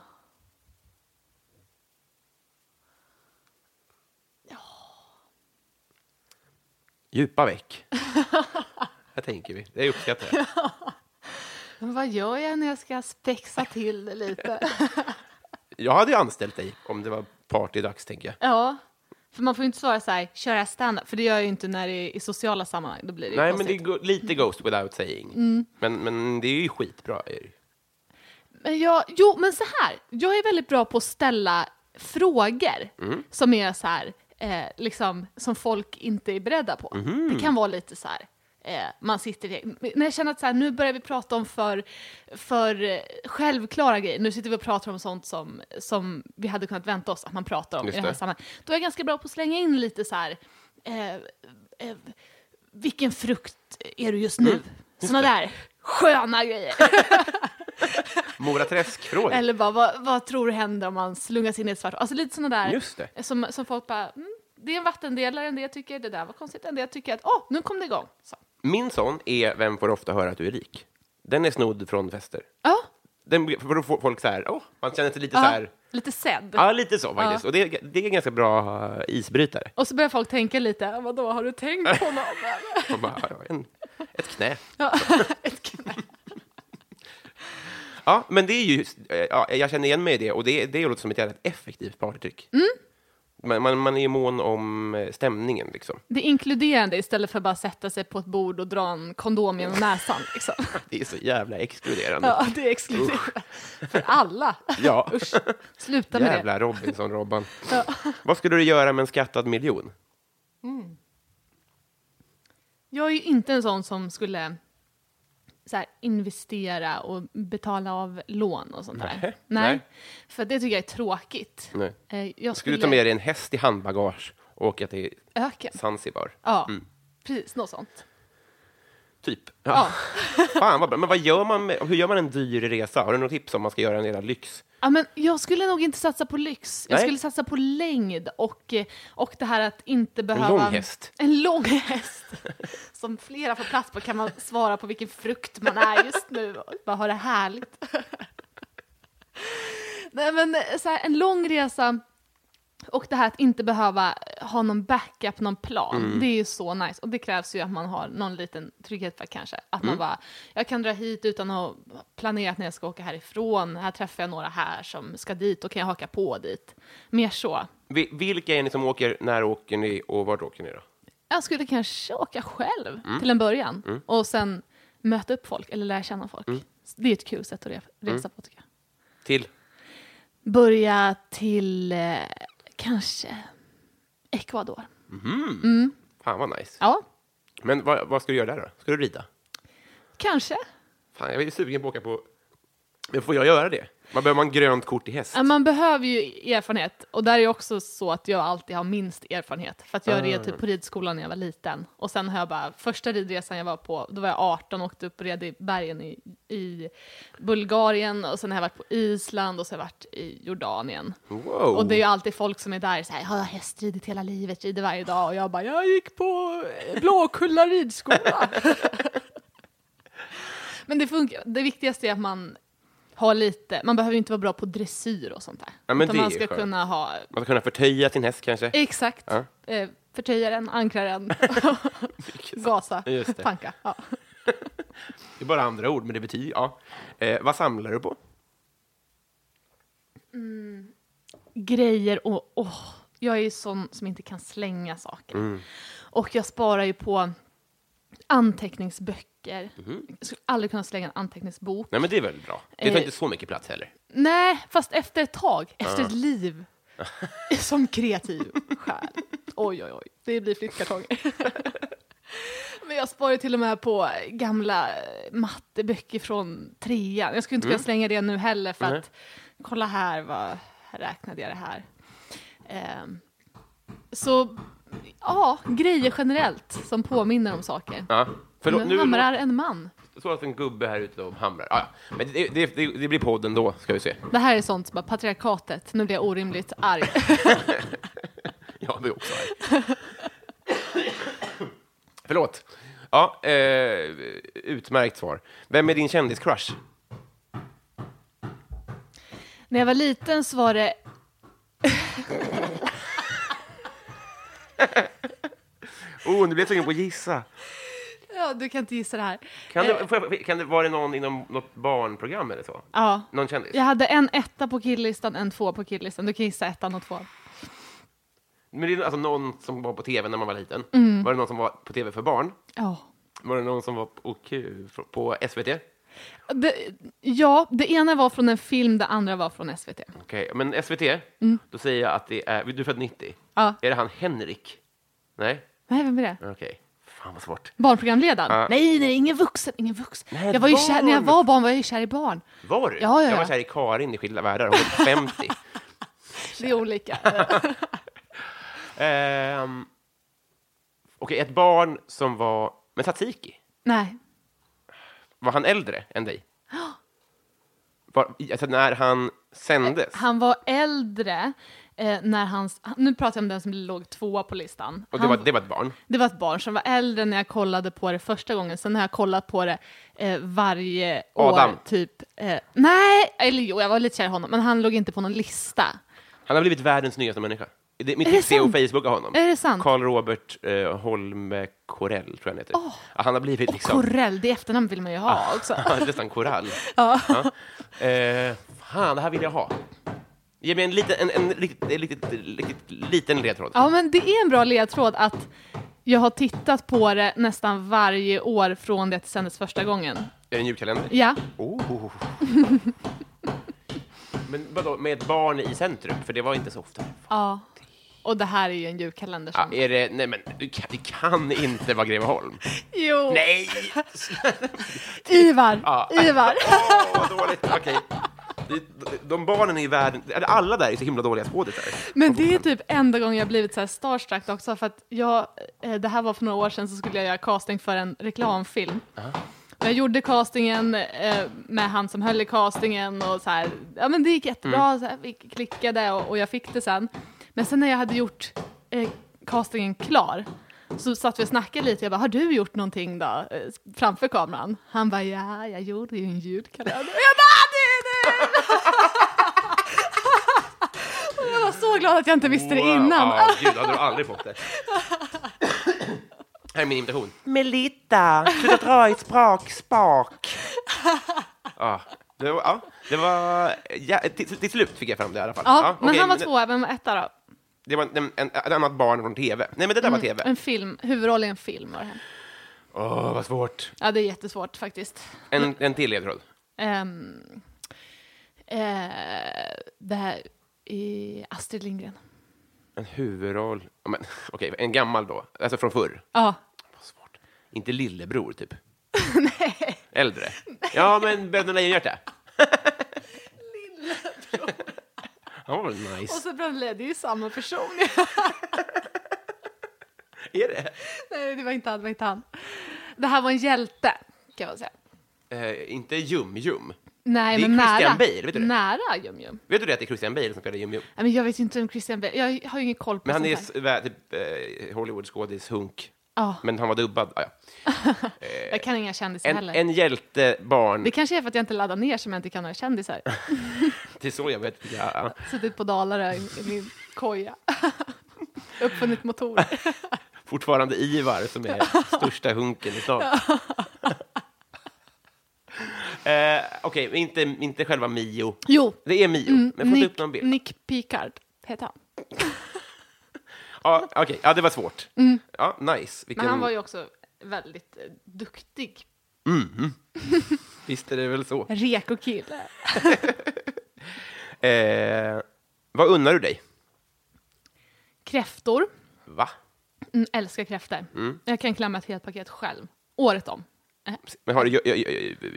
Djupa veck. Det tänker vi. Det uppskattar jag. Men vad gör jag när jag ska spexa till det lite? Jag hade ju anställt dig om det var partydags, tänker jag. ja, för man får ju inte svara så här, köra stand-up, för det gör jag ju inte när det är i sociala sammanhang. Då blir det ju Nej, men konstigt. Mm. det är go- lite Ghost without saying. Men, men det är ju skitbra. är det ju. Men jag, jo, men så här. Jag är väldigt bra på att ställa frågor som är så här, eh, liksom, som folk inte är beredda på. Det kan vara lite så här, eh, man sitter i, när jag känner att så här, nu börjar vi prata om för, för eh, självklara grejer, nu sitter vi och pratar om sånt som, som vi hade kunnat vänta oss att man pratar om Just i det här det. sammanhanget. Då är jag ganska bra på att slänga in lite så här, eh, eh, vilken frukt är du Mm. just nu? Såna där sköna grejer. Mora Träsk-fråga. Eller bara, vad, vad tror du händer om man slungas in i ett svart Alltså lite sådana där Just det. Som, som folk bara, mm, det är en vattendelare, en del tycker det där var konstigt, en del tycker att, åh, nu kom det igång. Så. Min sån är Vem får ofta höra att du är rik? Den är snodd från fester. Ja, Den, för då får folk så här, åh, man känner sig lite så ja, här, lite sedd. ja, lite så faktiskt. Och det, är- det är en ganska bra eh, isbrytare. Och så börjar folk tänka lite, vadå, har du tänkt på något? Man bara, ja, en, ett knä. ja, ett knä. Ja, men det är ju, eh, ja, jag känner igen mig i det och det, det låter som ett jävligt effektivt partytryck. Mm. Man, man, man är ju mån om eh, stämningen liksom. Det är inkluderande istället för bara sätta sig på ett bord och dra en kondom genom näsan. Liksom. Det är så jävla exkluderande. Ja, det är exkluderande. För alla. Ja. Usch, sluta med det. Jävla Robinson-Robban. Vad skulle du göra med en skattad miljon? Jag är ju inte en sån som skulle så här, investera och betala av lån och sånt där. Nej. Nej. Nej. För det tycker jag är tråkigt. Nej. Eh, Jag Skulle skulle du ta med dig en häst i handbagage och åka till öka. Zanzibar? Ja, precis. Något sånt. Typ. Ja. Fan vad bra. Men vad gör man med, hur gör man en dyr resa? Har du något tips om man ska göra en jävla lyx? Ja, men jag skulle nog inte satsa på lyx. Jag Nej. skulle satsa på längd och, eh, och det här att inte behöva... lång häst. En lång häst. Som flera får plats på kan man svara på vilken frukt man är just nu och bara ha det härligt. Nej, men eh, så här, en lång resa och det här att inte behöva ha någon backup, någon plan, Mm. det är ju så nice. Och det krävs ju att man har någon liten trygghet för kanske. Att Mm. man bara, jag kan dra hit utan att ha planerat när jag ska åka härifrån. Här träffar jag några här som ska dit, och kan jag haka på dit. Mer så. Vi- Vilka är ni som åker, när åker ni och vart åker ni då? Jag skulle kanske åka själv till en början och sen möta upp folk eller lära känna folk. Det är ett kul sätt att re- resa på tycker jag. Till? Börja till eh, kanske Ecuador. Fan vad nice. Ja, Men vad, vad ska du göra där då? Ska du rida? kanske. Fan, jag är ju sugen på att åka på... Men får jag göra det? Man behöver man grönt kort i häst? Ja, Man behöver ju erfarenhet och där är ju också så att jag alltid har minst erfarenhet. För att jag red typ på ridskolan när jag var liten och sen har jag bara, första ridresan jag var på, då var jag 18 och åkte upp och red i bergen i, i Bulgarien och sen har jag varit på Island och så har jag varit i Jordanien. Wow! Och det är ju alltid folk som är där så här, "Ja, jag har hästridit hela livet, rider varje dag. Och jag bara, jag gick på eh, Blåkulla ridskola. Men det funkar, det viktigaste är att man har lite, man behöver ju inte vara bra på dressyr och sånt där. Ja, men Utan det är man ju ska skönt. kunna ha, Man ska kunna förtöja sin häst kanske? exakt, Ja. eh, förtöja den, ankra den, gasa, Just det. panka. Ja. Det är bara andra ord, men det betyder ja. Eh, vad samlar du på? grejer och åh, jag är ju sån som inte kan slänga saker. Och jag sparar ju på anteckningsböcker. Jag skulle aldrig kunna slänga en anteckningsbok. Nej, men det är väl bra. Det tar Eh. inte så mycket plats heller. Nej, fast efter ett tag, efter ett liv. Som kreativ själ. Oj, oj, oj. Det blir flyttkartonger. Men jag sparar ju till och med på gamla eh, matteböcker från trean. Jag skulle inte kunna slänga det nu heller för Mm. Nej. att kolla här, vad räknade jag det här? Ehm, så ja, grejer generellt som påminner om saker. Ja. Förlåt, nu nu hamrar en man. det står att en gubbe här ute och hamrar. Ja, ja. men det, det, det, det blir podden då, ska vi se. Det här är sånt som bara patriarkatet, nu blir jag orimligt arg. Ja, det är också här. Förlåt. Ja, eh, utmärkt svar. Vem är din kändiscrush? När jag var liten så var det... Oh, nu blir jag sugen på att gissa. Ja, du kan inte gissa det här. Kan det, får jag, kan det, var det någon inom något barnprogram eller så? Eh. Ja. Någon kändis? Jag hade en etta på killlistan, en två på killlistan. Du kan gissa ettan och tvåan. Men det är alltså någon som var på tv när man var liten. Mm. Var det någon som var på tv för barn? Ja. Var det någon som var på, Q- på SVT? Okej, Det, ja, det ena var från en film, det andra var från SVT. men SVT, då säger jag att det är... Du är född 90? Mm. Ja. Är det han Henrik? Nej? Nej, vem är det? Okej. Fan vad svårt. Barnprogramledaren? Ja. Nej, nej, ingen vuxen, ingen vuxen. Ah. Nej, jag var ju barn. kär, när jag var barn var jag ju kär i barn. Var du? Ja, ja, Jag var ja. kär i Karin i Skilda världar, hon är 50. Det är olika. Ehm, Okej, ett barn som var... Men Tsatsiki, nej, var han äldre än dig? Var, alltså när han sändes? Eh, han var äldre eh, när hans, nu pratar jag om den som låg tvåa på listan. Och det, Han- var, det var ett barn? det var ett barn som var äldre när jag kollade på det första gången, sen har jag kollat på det eh, varje Adam. år. Typ. Eh, nej, eller jo, jag var lite kär i honom, men han låg inte på någon lista. Han har blivit världens nyaste människa. Det, mitt Är det tips är att sant? facebooka honom. Är det sant? Karl Robert eh, Holme Corell, tror jag han heter. Ja, Han har blivit Och liksom... Ah. Corell, det efternamn vill man ju ha också. Nästan korall. Ja. Eh, fan, det här vill jag ha. Ge mig en liten, en, en riktigt, en riktigt, riktigt liten ledtråd. Ja, men det är en bra ledtråd att jag har tittat på det nästan varje år från det att det sändes första gången. Är det en julkalender? Ja, Oh. Men vadå, med ett barn i centrum? För det var inte så ofta. ja. Och det här är ju en julkalender Ja, som... är det, nej men, det kan, det kan inte vara Greveholm. Jo! Nej! Ah. Ivar! Ja. Ivar! Åh, vad dåligt. Okej. Det- De barnen i världen, alla där är så himla dåliga skådisar. Men det är typ enda gången jag blivit så här starstruck också för att jag, eh, det här var för några år sedan så skulle jag göra casting för en reklamfilm. Och Jag gjorde castingen eh, med han som höll i castingen och så här, ja men det gick jättebra, Mm. så här, vi klickade och, och jag fick det sen. Men sen när jag hade gjort eh, castingen klar så satt vi och snackade lite, jag bara, har du gjort någonting då? eh, Framför kameran? Han bara, ja, jag gjorde ju en ljudkalender. Och jag bara, "Ah, det är det! Jag var så glad att jag inte visste det innan. Ja, gud, hade du aldrig fått det. Här är min imitation. Melitta, sluta dra i ett sprakspak. Ja, det var... Ja, det var ja, till, till slut fick jag fram det i alla fall. Ja, men okej, han var tvåa, vem var etta då? Det var en, en, en, ett annat barn från tv. Nej, men det där var tv. Mm. En film, huvudroll i en film var det. här. Åh, vad svårt. Ja, det är jättesvårt faktiskt. En, en till ledtråd. Ehm, eh, det här i Astrid Lindgren. En huvudroll. Ja, men, Okej, en gammal då. Alltså från förr. Ja, Vad svårt. Inte lillebror, typ? Nej. Äldre? Ja, men Bröderna Lejonhjärta. lillebror. Ja, oh, och nice. så Brandle, det är ju samma person. Är det? Nej, det var inte han, det var inte han. Det här var en hjälte, kan jag säga. Eh, inte Jum-Jum. Nej, Det är men nära. Christian Bale, vet du det? Nära Jum Jum. Vet du det att det är Christian Bale som spelar Jum-Jum? Nej, men jag vet ju inte om Christian Bale, jag har ju ingen koll på Men han sånt är här. s- vä- typ eh, Hollywood-skådis, hunk. Ja, Men han var dubbad. Ah, ja. jag kan inga kändisar Eh, en, heller. en hjältebarn. Det kanske är för att jag inte laddar ner som jag inte kan några kändisar. Det är så jag vet. Ja. Suttit på Dalarö i i min koja. Uppfunnit motorer. fortfarande Ivar som är största hunken i stan. eh, Eh, Okej, men inte, inte själva Mio. Jo, Det är Mio, men får inte upp någon bild. Mm, Nick Picard heter han. Ja, Okej, ja, det var svårt. Ja, nice. Vilken... Mm. Men han var ju också väldigt eh, duktig. Visst är det väl så. Reko kille. Eh, vad unnar du dig? Kräftor. Va? Mm, älskar kräftor. Mm. Jag kan klämma ett helt paket själv. Året om. Eh, Men har du, gör, gör,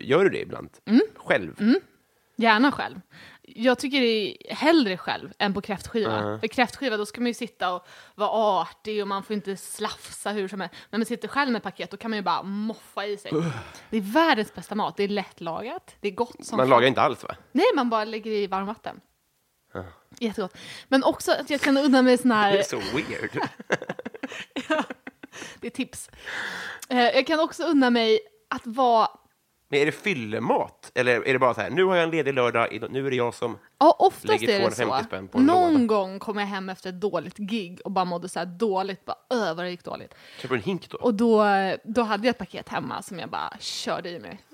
gör du det ibland? Mm. Själv? Gärna själv. Jag tycker det är hellre själv än på kräftskiva. För kräftskiva då ska man ju sitta och vara artig och man får inte slafsa hur som helst. Men man sitter själv med paket då kan man ju bara moffa i sig. Det är världens bästa mat. Det är lättlagat. Det är gott som Man fan. lagar inte alls, va? Nej, man bara lägger i varmvatten. Jättegott. Men också att jag kan unna mig sån Det är här, så weird. det är tips. Eh, Jag kan också unna mig att vara Men är det fyllemat? Eller är det bara så här, nu har jag en ledig lördag, i- nu är det jag som... Ja, oftast Lägger är det 250 så. spänn på en låda. Någon gång kom jag hem efter ett dåligt gig och bara mådde så här dåligt, bara öh vad det gick dåligt. Köper en hink då? Och då, då hade jag ett paket hemma som jag bara körde i mig.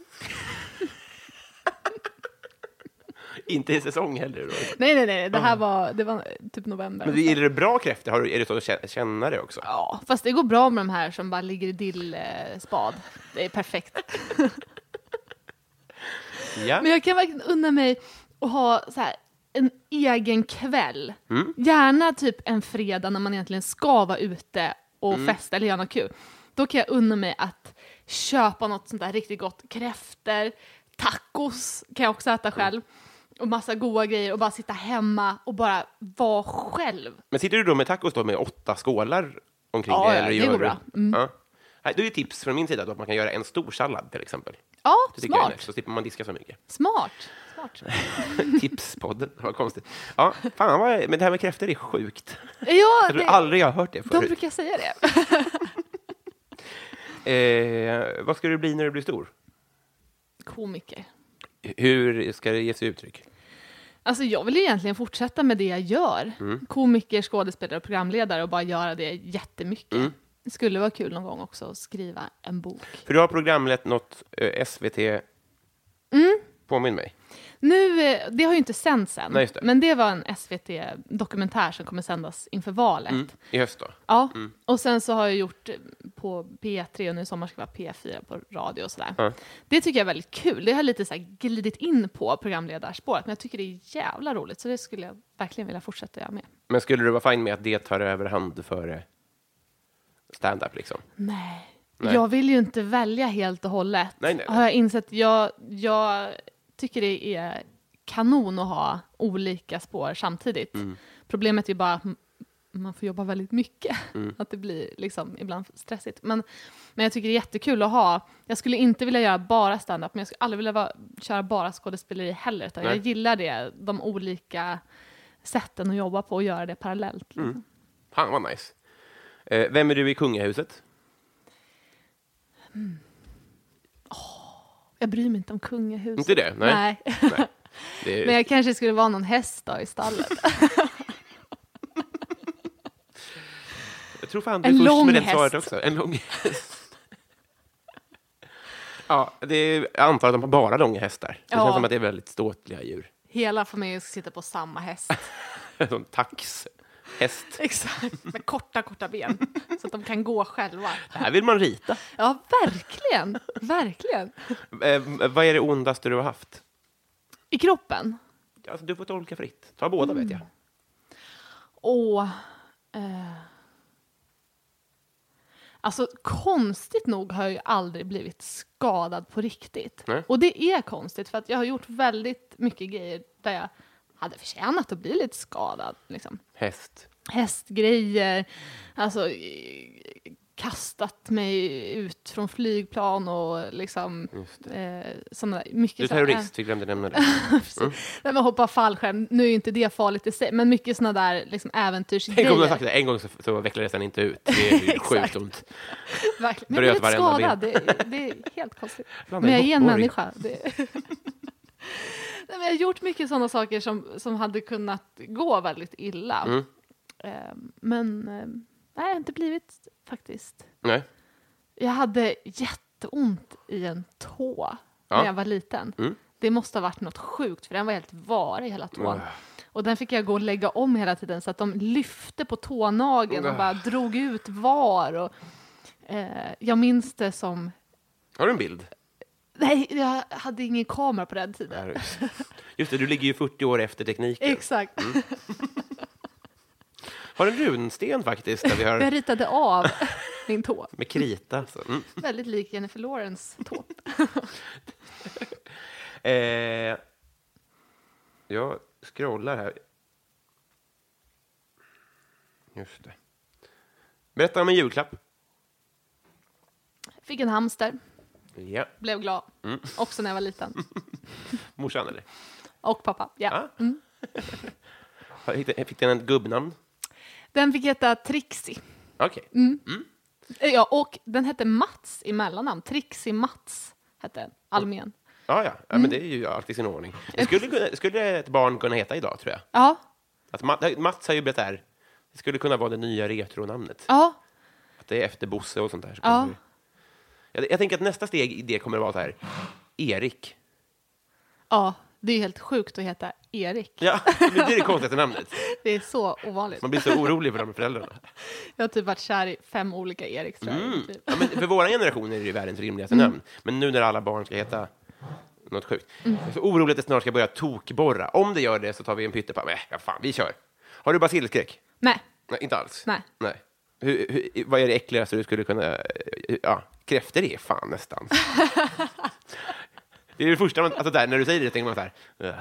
Inte i säsong heller då? Nej, nej, nej, det här var, det var typ november. Ah. Men är det bra kräftor? Har du, är det så att kä- känna det också? Ja, fast det går bra med de här som bara ligger i dillspad. Det är perfekt. Ja. Men jag kan verkligen unna mig att ha så här, en egen kväll. Mm. Gärna typ en fredag när man egentligen ska vara ute och Mm. festa eller göra något kul. Då kan jag unna mig att köpa något sånt där riktigt gott. Kräftor, tacos kan jag också äta själv. Och massa goda grejer och bara sitta hemma och bara vara själv. Men sitter du då med tacos då med åtta skålar omkring Ja, dig? ja, eller det gör går du- bra. Mm. Ja. Nej, Då är ju tips från min sida då att man kan göra en stor sallad till exempel. Ja, Det tycker jag är nice, smart. så slipper man diska så mycket. Smart. Smart. Tipspodden, vad konstigt. Ja, fan vad, men det här med kräftor är sjukt. Ja, Jag tror det, aldrig jag har hört det de förut. brukar säga det. Eh, vad ska du bli när du blir stor? Komiker. Hur ska det ge sig uttryck? Alltså jag vill ju egentligen fortsätta med det jag gör. Mm. Komiker, skådespelare och programledare och bara göra det jättemycket. Mm. Det skulle vara kul någon gång också att skriva en bok. För du har programlett något eh, SVT... Mm. Påminn mig. Nu, eh, det har ju inte sänts än, Nej, just det. men det var en SVT-dokumentär som kommer sändas inför valet. Mm. I höst då? Ja, och sen så har jag gjort eh, på P3 och nu i sommar ska jag vara P4 på radio och sådär. Ja. Det tycker jag är väldigt kul. Det har jag lite så här glidit in på programledarspåret, men jag tycker det är jävla roligt så det skulle jag verkligen vilja fortsätta göra med. Men skulle du vara fin med att det tar över hand före stand-up liksom? Nej. Nej. Jag vill ju inte välja helt och hållet. Nej, nej, nej. Har jag insett. Jag, jag tycker det är kanon att ha olika spår samtidigt. Mm. Problemet är ju bara att m- man får jobba väldigt mycket. Mm. Att det blir liksom ibland stressigt. Men, men jag tycker det är jättekul att ha. Jag skulle inte vilja göra bara stand-up, men jag skulle aldrig vilja vara, köra bara skådespeleri heller. Utan Nej. jag gillar det, de olika sätten att jobba på och göra det parallellt. Liksom. Mm. Fan vad nice. Eh, vem är du i kungahuset? Jag bryr mig inte om kungahuset. Inte det? Nej. Mm. nej. Det är, Men jag kanske skulle vara någon häst då i stallet. jag tror fan du är en först lång med det häst. svaret också. En lång häst. ja, det är, jag antar att de har bara långa hästar. Det Ja. känns som att det är väldigt ståtliga djur. Hela familjen ska sitta på samma häst. Som tax. Häst. Exakt. Med korta, korta ben. Så att de kan gå själva. Det här vill man rita. Ja, verkligen. Verkligen. Eh, vad är det ondaste du har haft? I kroppen. Alltså, du får tolka fritt. Ta båda vet jag. Och... Eh, alltså, konstigt nog har jag ju aldrig blivit skadad på riktigt. Nej. Och det är konstigt, för att jag har gjort väldigt mycket grejer där jag hade förtjänat att bli lite skadad. Liksom. Häst. hästgrejer, alltså eh, kastat mig ut från flygplan och liksom eh, sådana där. Mycket Du är så här- terrorist, vi glömde nämna det. Nej men hoppa fallskärm, nu är ju inte det farligt i sig, men mycket sådana där Tänk liksom om du har äventyrsgrejer. sagt det en gång så, så vecklades den inte ut. Det är ju sjukt ont. Verkligen. Men Bröt jag blev lite varenda skadad, det, är- det är helt konstigt. Blanda Men jag är en ihop borg. människa. Det... Nej, men jag har gjort mycket sådana saker som, som hade kunnat gå väldigt illa. Mm. Eh, men eh, nej, jag har inte blivit faktiskt. Nej. Jag hade jätteont i en tå Ja. när jag var liten. Mm. Det måste ha varit något sjukt, för den var helt varig hela tån. Ugh. Och den fick jag gå och lägga om hela tiden så att de lyfte på tånageln och Ugh. bara drog ut var. Och, eh, jag minns det som... Har du en bild? Nej, jag hade ingen kamera på den tiden. Där. Just det, du ligger ju 40 år efter tekniken. Exakt. Har en runsten faktiskt, där vi Jag har ritade av min tå. med krita. Så. Mm. Väldigt lik Jennifer Lawrence tå. Eh, jag scrollar här. Just det. Berätta om en julklapp. Fick en hamster, Ja, blev glad. Mm. Också när jag var liten. morsan eller? Och pappa, ja. Ja. Mm. Har- Fick den- fick den ett gubbnamn? Mm. Den fick heta Trixie. Okej. Eh, Ja, och den hette Mats i mellannamn. Trixie Mats hette Almén. Ja, ja. ja men det är ju allt i sin ordning. Det skulle, kunna, skulle ett barn kunna heta idag, tror jag. Ja, Att Ma- Mats har ju blivit där. Det skulle kunna vara det nya retronamnet. ja, Att det är efter Bosse och sånt där. så Ja. kommer det- Jag, jag tänker att nästa steg i det kommer att vara så här. Erik. ja. Det är ju helt sjukt att heta Erik. Ja, men det är det konstigaste namnet. Det är så ovanligt. Man blir så orolig för de föräldrarna. Jag har typ varit kär i fem olika Eriks. tror jag, i mitt liv. Mm. Ja, men för våra generation är det ju världens rimligaste namn. Men nu när alla barn ska heta något sjukt. Jag är så orolig att det snart ska börja tokborra. Om det gör det så tar vi en pyttepanna. Nej, vad "Äh, fan, vi kör. Har du basilskräck? Nej, Nej, inte alls. Nej. Nej. Hur, hur, vad är det äckligaste du skulle kunna... eh, Ja, kräftor är fan nästan. det är det första man... Alltså där, när du säger det tänker man så här... "Ugh."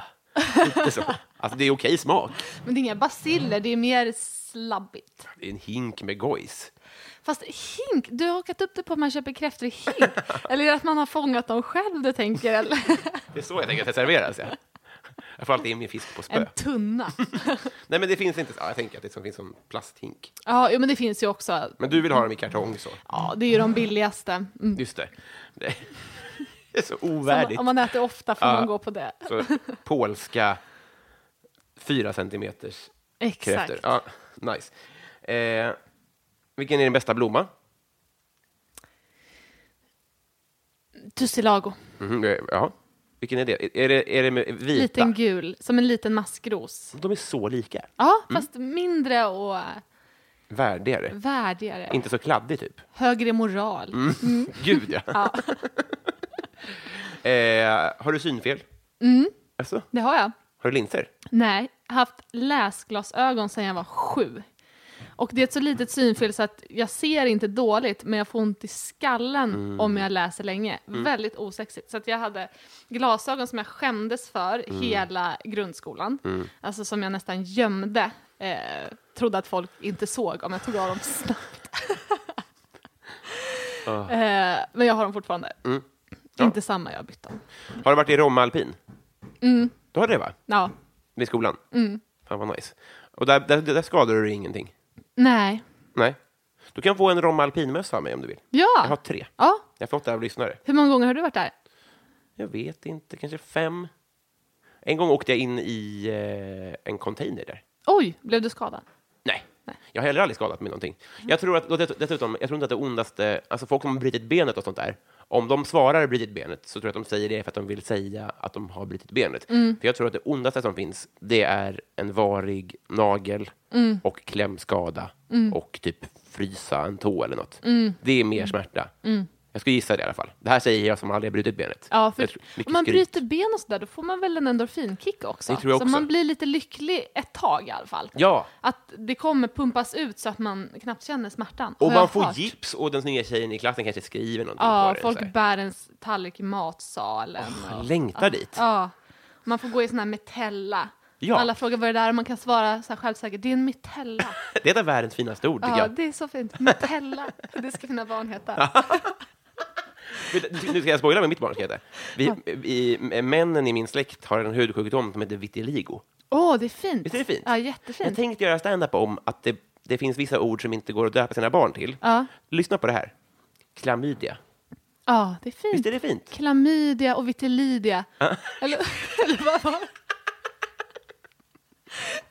Lite så. Alltså det är okej smak. men det är inga basiller, det är mer slabbigt. Det är en hink med gojs. Fast hink, du har hakat upp det på att man köper kräftor i hink. eller att man har fångat dem själv, du tänker. Eller? Det är så jag tänker att det serveras. Ja. Jag får alltid in min fisk på spö. En tunna. Nej, men det finns inte. Ja, jag tänker att det som finns som plasthink. Ja, jo, men det finns ju också. Men du vill ha dem i kartong så. Ja, det är ju de billigaste. Mm. Just det. Det det är så Om, ovärdigt. om man äter ofta får Ja. man gå på det. Så, polska fyra centimeters Exakt. kräftor. Ja, nice. Eh, vilken är din bästa blomma? Tussilago, Mhm, eh, ja. Vilken är det? Är- Är det, är det med vita? liten gul, som en liten maskros. De är så lika. Ja, fast mindre och eh, Värdigare. värdigare. Inte Mm. så kladdig, typ. Högre moral. Gud, ja. eh, har du synfel? Mm. Alltså, Det har jag. har du linser? Nej, jag har haft läsglasögon sedan jag var sju. Och det är ett så litet synfel så att jag ser inte dåligt men jag får ont i skallen Mm. om jag läser länge. Väldigt osexigt. Så att jag hade glasögon som jag skämdes för Mm. hela grundskolan. Alltså som jag nästan gömde. Eh, trodde att folk inte såg om jag tog av dem snabbt. Ah. eh, men jag har dem fortfarande. Mm. Inte samma, jag har bytt dem. Har du varit i Romma alpin? Mm. Du har det, va? Ja. Vid skolan? Mm. Fan, vad nice. Och där, där, där skadar du dig ingenting? Nej. Nej. Du kan få en Romma alpinmössa av mig om du vill. Jag har Ja. tre. ja. Jag har fått det här av lyssnare. Hur många gånger har du varit där? Jag vet inte, kanske fem. En gång åkte jag in i eh, en container där. Oj, blev du skadad? Nej. Jag har heller aldrig skadat mig någonting. Jag tror att, och dess- dessutom, jag tror inte att det ondaste, alltså folk som har brutit benet och sånt där, om de svarar brutit benet så tror jag att de säger det för att de vill säga att de har brutit benet. Mm. För jag tror att det ondaste som finns, det är en varig nagel Mm. och klämskada och typ frysa en tå eller något. Mm. Det är mer smärta. Jag skulle gissa det i alla fall. Det här säger jag som aldrig har brutit benet. Ja, Jag för tror- mycket om man skryt. bryter ben och sådär, då får man väl en endorfinkick också? Det tror jag så också. man blir lite lycklig ett tag i alla fall. Ja. Att det kommer pumpas ut så att man knappt känner smärtan. Och Har jag man får hört. gips och den snygga tjejen i klassen kanske skriver någonting Ja, på det. folk så här. bär en s- tallrik i matsalen. Jag och- längtar dit. Ja. Man får gå i sån här metella. Ja. Alla frågar vad det där är och man kan svara så här självsäkert, det är en metella. Det är ett av världens finaste ord, tycker ja, jag. det är så fint. Metella, det ska mina barn heta. Vet- Nu ska jag spoila vad mitt barn ska heta. Vi, vi, männen i min släkt har en hudsjukdom som heter vitiligo. Åh, det är fint. Visst är det fint? Ja, Jag jättefint. tänkte göra stand-up om att det, det finns vissa ord som inte går att döpa sina barn till. Ja. Mm. Lyssna på det här. Klamydia. Ja, det är fint. Visst är det fint? Klamydia och vitilidia. Ah. eller, eller vad var det?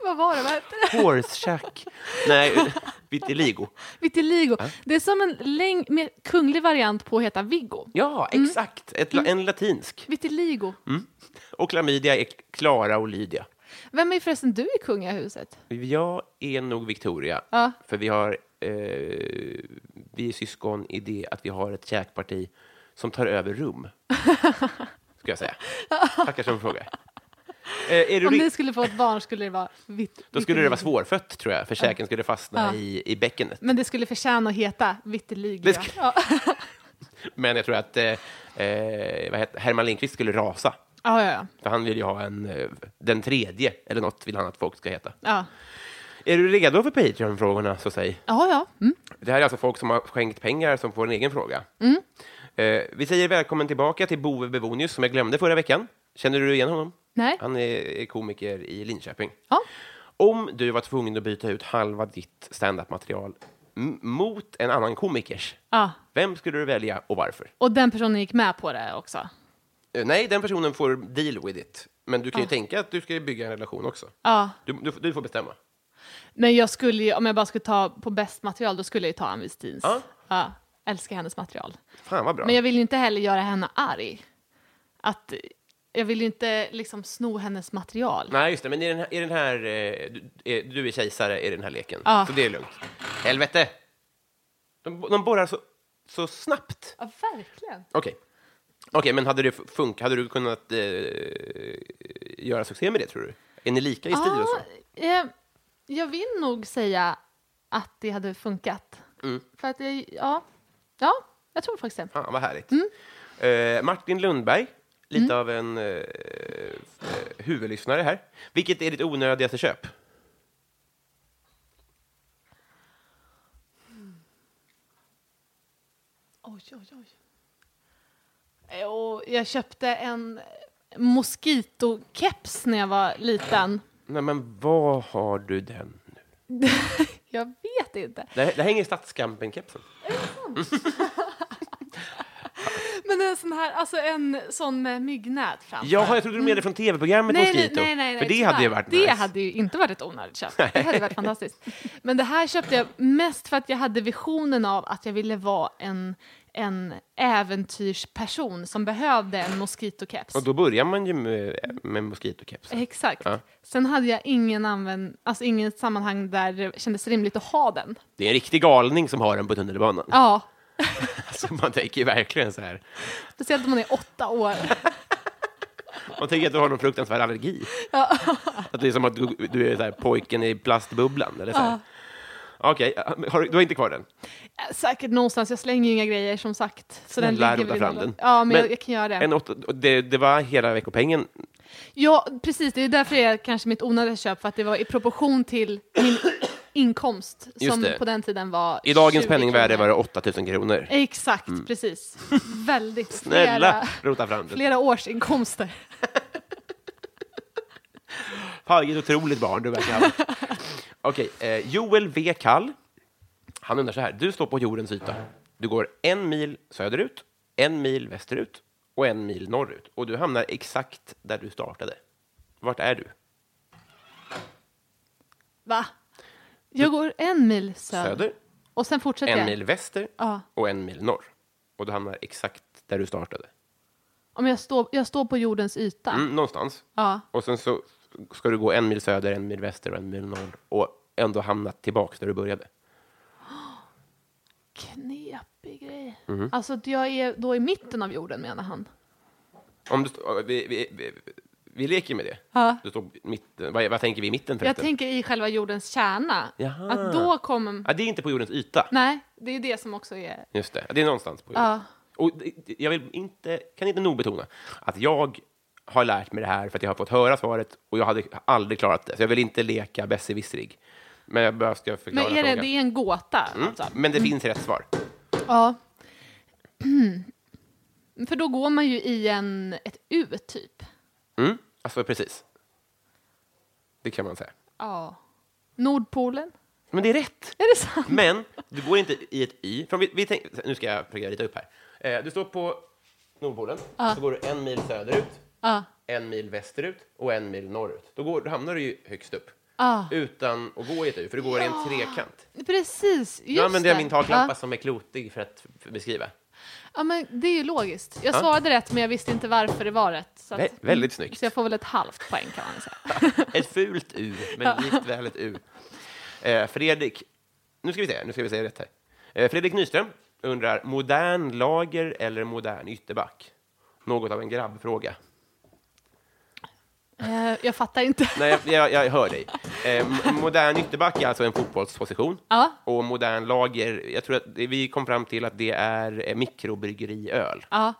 Vad var det? Vad hette det? Hårschack. Nej, vitiligo. Vitiligo. Ah. Det är som en läng- mer kunglig variant på att heta Viggo. Ja, Mm. exakt. Ett, la- En latinsk. Vitiligo. Och klamydia är Klara och Lydia. Vem är förresten du i kungahuset? Jag är nog Victoria, Ja. för vi, har, eh, vi är syskon i det att vi har ett käkparti som tar över rum. Ska jag säga. Tackar som fråga. Eh, är du Om ri- ni skulle få ett barn skulle det vara vit- Då skulle det vara vitiligo. svårfött, tror jag, för käken skulle fastna Ja. i, i bäckenet. Men det skulle förtjäna att heta vitiligo. Det ja. skulle- Ja. Men jag tror att eh, eh, vad heter, Herman Lindqvist skulle rasa, ja, ja, för han vill ju ha en, eh, den tredje, eller något vill han att folk ska heta. ja. Är du redo för Patreon-frågorna, så säg? Ja, ja. Mm. Det här är alltså folk som har skänkt pengar som får en egen fråga. Eh, vi säger välkommen tillbaka till Bove Bevonius som jag glömde förra veckan. Känner du igen honom? Nej. Han är komiker i Linköping. Ja. Om du var tvungen att byta ut halva ditt standup-material m- mot en annan komikers. Ja. Vem skulle du välja och varför? Och den personen gick med på det också. Eh, Nej, den personen får deal with it. Men du kan ju tänka att du ska ju bygga en relation också. Ja. Du, du, du får bestämma. Men jag skulle ju, om jag bara skulle ta på bäst material, då skulle jag ju ta Ann Westins. Ja. Ja, älskar hennes material. Fan vad bra. Men jag vill ju inte heller göra henne arg. Att, jag vill ju inte liksom sno hennes material. Nej, just det. Men i den här... I den här eh, du, eh, du är kejsare i den här leken, Ja. så det är lugnt. Helvete! De, de borrar så, så snabbt. Ja, verkligen. Okej. Okej, men hade det fun- funkat? Hade du kunnat eh, göra succé med det, tror du? Är ni lika i stil och så? eh, jag vill nog säga att det hade funkat. Mm. För att jag, ja, ja, jag tror faktiskt det. Fan, vad härligt. Eh, Martin Lundberg, lite av en eh, eh, huvudlyssnare här. Vilket är ditt onödigaste köp? Oj, oj, oj. Eh, Och jag köpte en moskitokeps när jag var liten. Nej, men vad har du den? Jag vet inte. Det, det hänger i Stadskampen-kepsen. Men en sån här, alltså en sån med myggnät framför. Jaha, jag trodde du menade från tv-programmet Mm. nej, nej, Mosquito. nej, nej, nej. För det tyvärr. hade ju varit Det nice. hade ju inte varit ett onödigt köp. Det hade varit fantastiskt. Men det här köpte jag mest för att jag hade visionen av att jag ville vara en, en äventyrsperson som behövde en moskitokeps. Och då börjar man ju med, med Mosquito-kepsen. Exakt. Ja. Sen hade jag ingen använd, alltså inget sammanhang där det kändes rimligt att ha den. Det är en riktig galning som har den på tunnelbanan. Ja, Alltså, man tänker ju verkligen så här. speciellt om man är åtta år. Man tänker att du har någon fruktansvärd allergi. Att det är som att du, du är så här, pojken i plastbubblan. Eller så här. Okej, har du- du har inte kvar den? Säkert någonstans, jag slänger ju inga grejer som sagt. Så den Snälla, ligger rota väl i fram någon- den. Ja, men, Men jag, jag kan göra det. En åtta, det, det var hela veckopengen. Ja, precis. Det är därför det är kanske mitt onödiga köp, för att det var i proportion till min inkomst Just som det. på den tiden var I dagens 20 penningvärde var kronor. det 8000 kronor. Exakt, precis. Väldigt. Snälla, Flera, rota fram den. flera års inkomster. Fan, vilket otroligt barn du verkar ha. Okej, eh, Joel V. Kall. Han undrar så här. Du står på jordens yta. Du går en mil söderut, en mil västerut och en mil norrut. Och du hamnar exakt där du startade. Vart är du? Va? Jag går en mil söder. Söder, Och sen fortsätter en jag. mil väster Ja. och en mil norr. Och du hamnar exakt där du startade. Om jag, står, jag står på jordens yta. Mm, någonstans. Ja. Och sen så ska du gå en mil söder, en mil väster och en mil norr och ändå hamna tillbaka där du började. Knepig grej. Mhm. Alltså att jag är då i mitten av jorden menar han. Om du, st- vi, vi, vi, vi leker med det. Ja. Du står mitten. Vad, vad tänker vi i mitten Jag förresten? tänker i själva jordens kärna. Jaha. Att då kommer... Ja, det är inte på jordens yta. Nej, det är det som också är... Just det, det är någonstans på jorden. Ja. Och det- jag vill inte, kan inte nog betona att jag har lärt mig det här för att jag har fått höra svaret och jag hade aldrig klarat det. Så jag vill inte leka besserwissrig. Men jag behöver ska förklara Men är det, frågan. Mm. det är en gåta. Alltså. Men det finns rätt svar. Ja. För då går man ju i en, ett U, typ. Mm? Alltså precis. Det kan man säga. Ja. Nordpolen. Men det är rätt. Är det sant? Men du går inte i ett Y. För om vi, vi tänk, nu ska jag försöka rita upp här. Eh, du står på Nordpolen, så går du en mil söderut, Ja. en mil västerut och en mil norrut. Då, går, då hamnar du ju högst upp. Ja. Utan att gå i ett U, för du går i en trekant. Precis, Ah. just Nu använder jag det. min taklampa Ja. som är klotig för att f- beskriva. Ja, men det är ju logiskt. Jag svarade rätt, men jag visste inte varför det var rätt. Så, Vä- väldigt snyggt. så jag får väl ett halvt poäng kan man säga. Ett fult U, men likt väl ett U. Eh, Fredrik, nu ska vi se, nu ska vi säga rätt här. Eh, Fredrik Nyström undrar, modern lager eller modern ytterback? Något av en grabbfråga. Eh, jag fattar inte. Nej, jag, jag, jag hör dig. Eh, m- modern ytterback är alltså en fotbollsposition. Ja. Och modern lager, jag tror att det- vi kom fram till att det är eh, mikrobryggeriöl. Ja,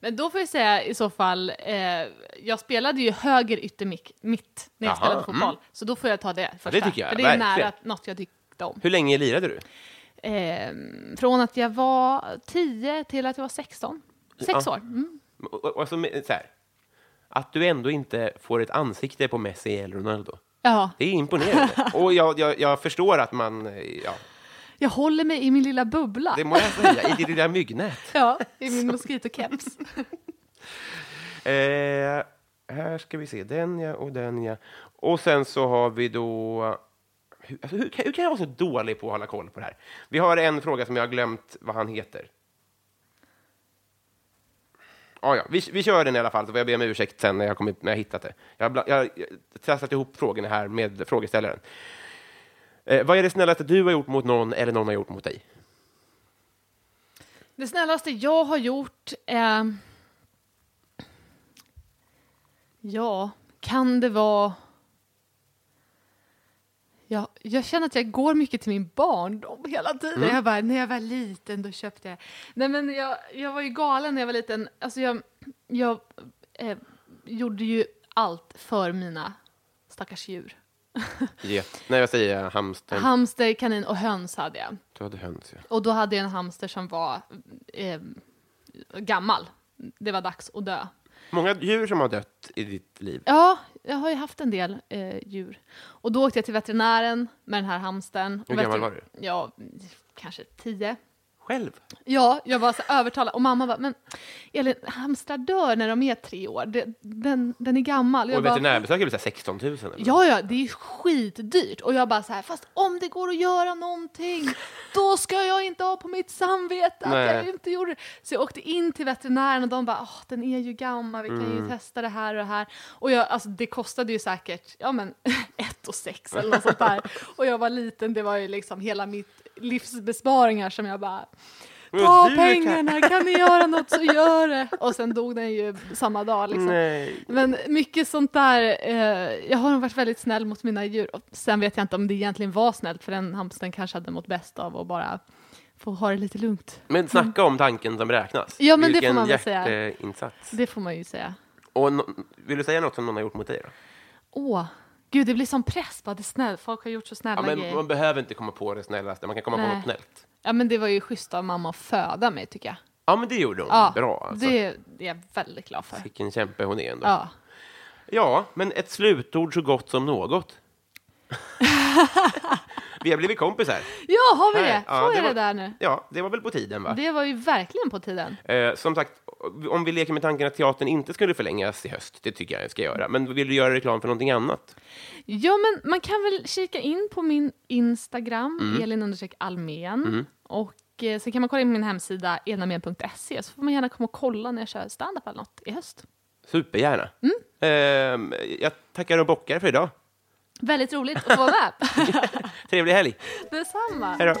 men då får jag säga i så fall, eh, jag spelade ju höger yttermitt mitt när jag Jaha, mm. spelade fotboll, så då får jag ta det första. tycker jag, För det verkligen. är nära något jag tyckte om. Hur länge lirade du? Eh, från att jag var 10 till att jag var 16. Sex Ja. år. Mm. Och, och, och så, med- så här, att du ändå inte får ett ansikte på Messi eller Ronaldo. Ja. Det är imponerande. Och jag, jag, jag förstår att man... eh, Ja, Jag håller mig i min lilla bubbla. Det må jag säga, i det lilla myggnät. Ja, i min moskitokeps. Eh, här ska vi se, den ja och den ja. Och sen så har vi då... Hur, alltså, hur, kan- hur kan jag vara så dålig på att hålla koll på det här? Vi har en fråga som jag har glömt vad han heter. Ah, ja, vi, vi kör den i alla fall, så får jag be om ursäkt sen när jag, kommit, när jag hittat det. Jag har bla- jag har trasslat ihop frågorna här med frågeställaren. Eh, vad är det snällaste du har gjort mot någon eller någon har gjort mot dig? Det snällaste jag har gjort eh, är... Ja, kan det vara... Ja, jag känner att jag går mycket till min barndom hela tiden. Jag bara, när jag var liten då köpte jag... Nej men jag, jag var ju galen när jag var liten. Alltså jag, jag eh, gjorde ju allt för mina stackars djur. Get. Nej, jag säger hamstern. Hamster, kanin och höns hade jag. du hade höns, ja. Och då hade jag en hamster som var eh, gammal. Det var dags att dö. Många djur som har dött i ditt liv. Ja, jag har ju haft en del eh, djur. Och då åkte jag till veterinären med den här hamstern. Hur Och gammal veter- var du? Ja, kanske tio. Själv? Ja, jag var så övertalad. Och mamma bara, men Elin, hamstrar dör när de är tre år. Det, den, den är gammal. Och bara, veterinärbesök är väl så här 16 000? Eller? Ja, ja, det är skitdyrt. Och jag bara så här, fast om det går att göra någonting, då ska jag inte ha på mitt samvete att jag Nej. inte gjorde det. Så jag åkte in till veterinären och de bara, åh, den är ju gammal, vi kan Mm. ju testa det här och det här. Och jag, alltså, det kostade ju säkert, ja men, ett och sex eller något sånt där. Och jag var liten, det var ju liksom hela mitt livsbesparingar som jag bara, Men ta du kan- pengarna, kan ni göra något så gör det. Och sen dog den ju samma dag liksom. Nej. Men mycket sånt där, eh, jag har nog varit väldigt snäll mot mina djur. Och sen vet jag inte om det egentligen var snällt, för den hamstern kanske hade mått bäst av att bara få ha det lite lugnt. Men snacka om tanken som räknas. Ja, men det Vilken får man väl säga. hjärteinsats. Det får man ju säga. Och no- vill du säga något som någon har gjort mot dig? Då? Åh, gud det blir sån press bara, det är snäll, folk har gjort så snälla Ja, men grejer. man behöver inte komma på det snällaste, man kan komma på Nej. något snällt. Ja men det var ju schysst av mamma att föda mig tycker jag. Ja, men det gjorde hon. Ja, Bra. Alltså. det är jag väldigt glad för. Vilken kämpe hon är ändå. Ja. Ja. men ett slutord så gott som något. vi har blivit kompisar. ja, har vi det? Här. Får Ja, jag det, var- där nu? Ja, det var väl på tiden, va? Det var ju verkligen på tiden. Eh, som sagt, om vi leker med tanken att teatern inte skulle förlängas i höst, det tycker jag jag ska göra, men vill du göra reklam för någonting annat? Ja, men man kan väl kika in på min Instagram, Elin understreck Almén. Och eh, sen kan man kolla in på min hemsida, elinalmén.se, så får man gärna komma och kolla när jag kör standup eller något i höst. Supergärna. Ehm, jag tackar och bockar för idag. Väldigt roligt att få vara med. Trevlig helg. Detsamma. Hej då.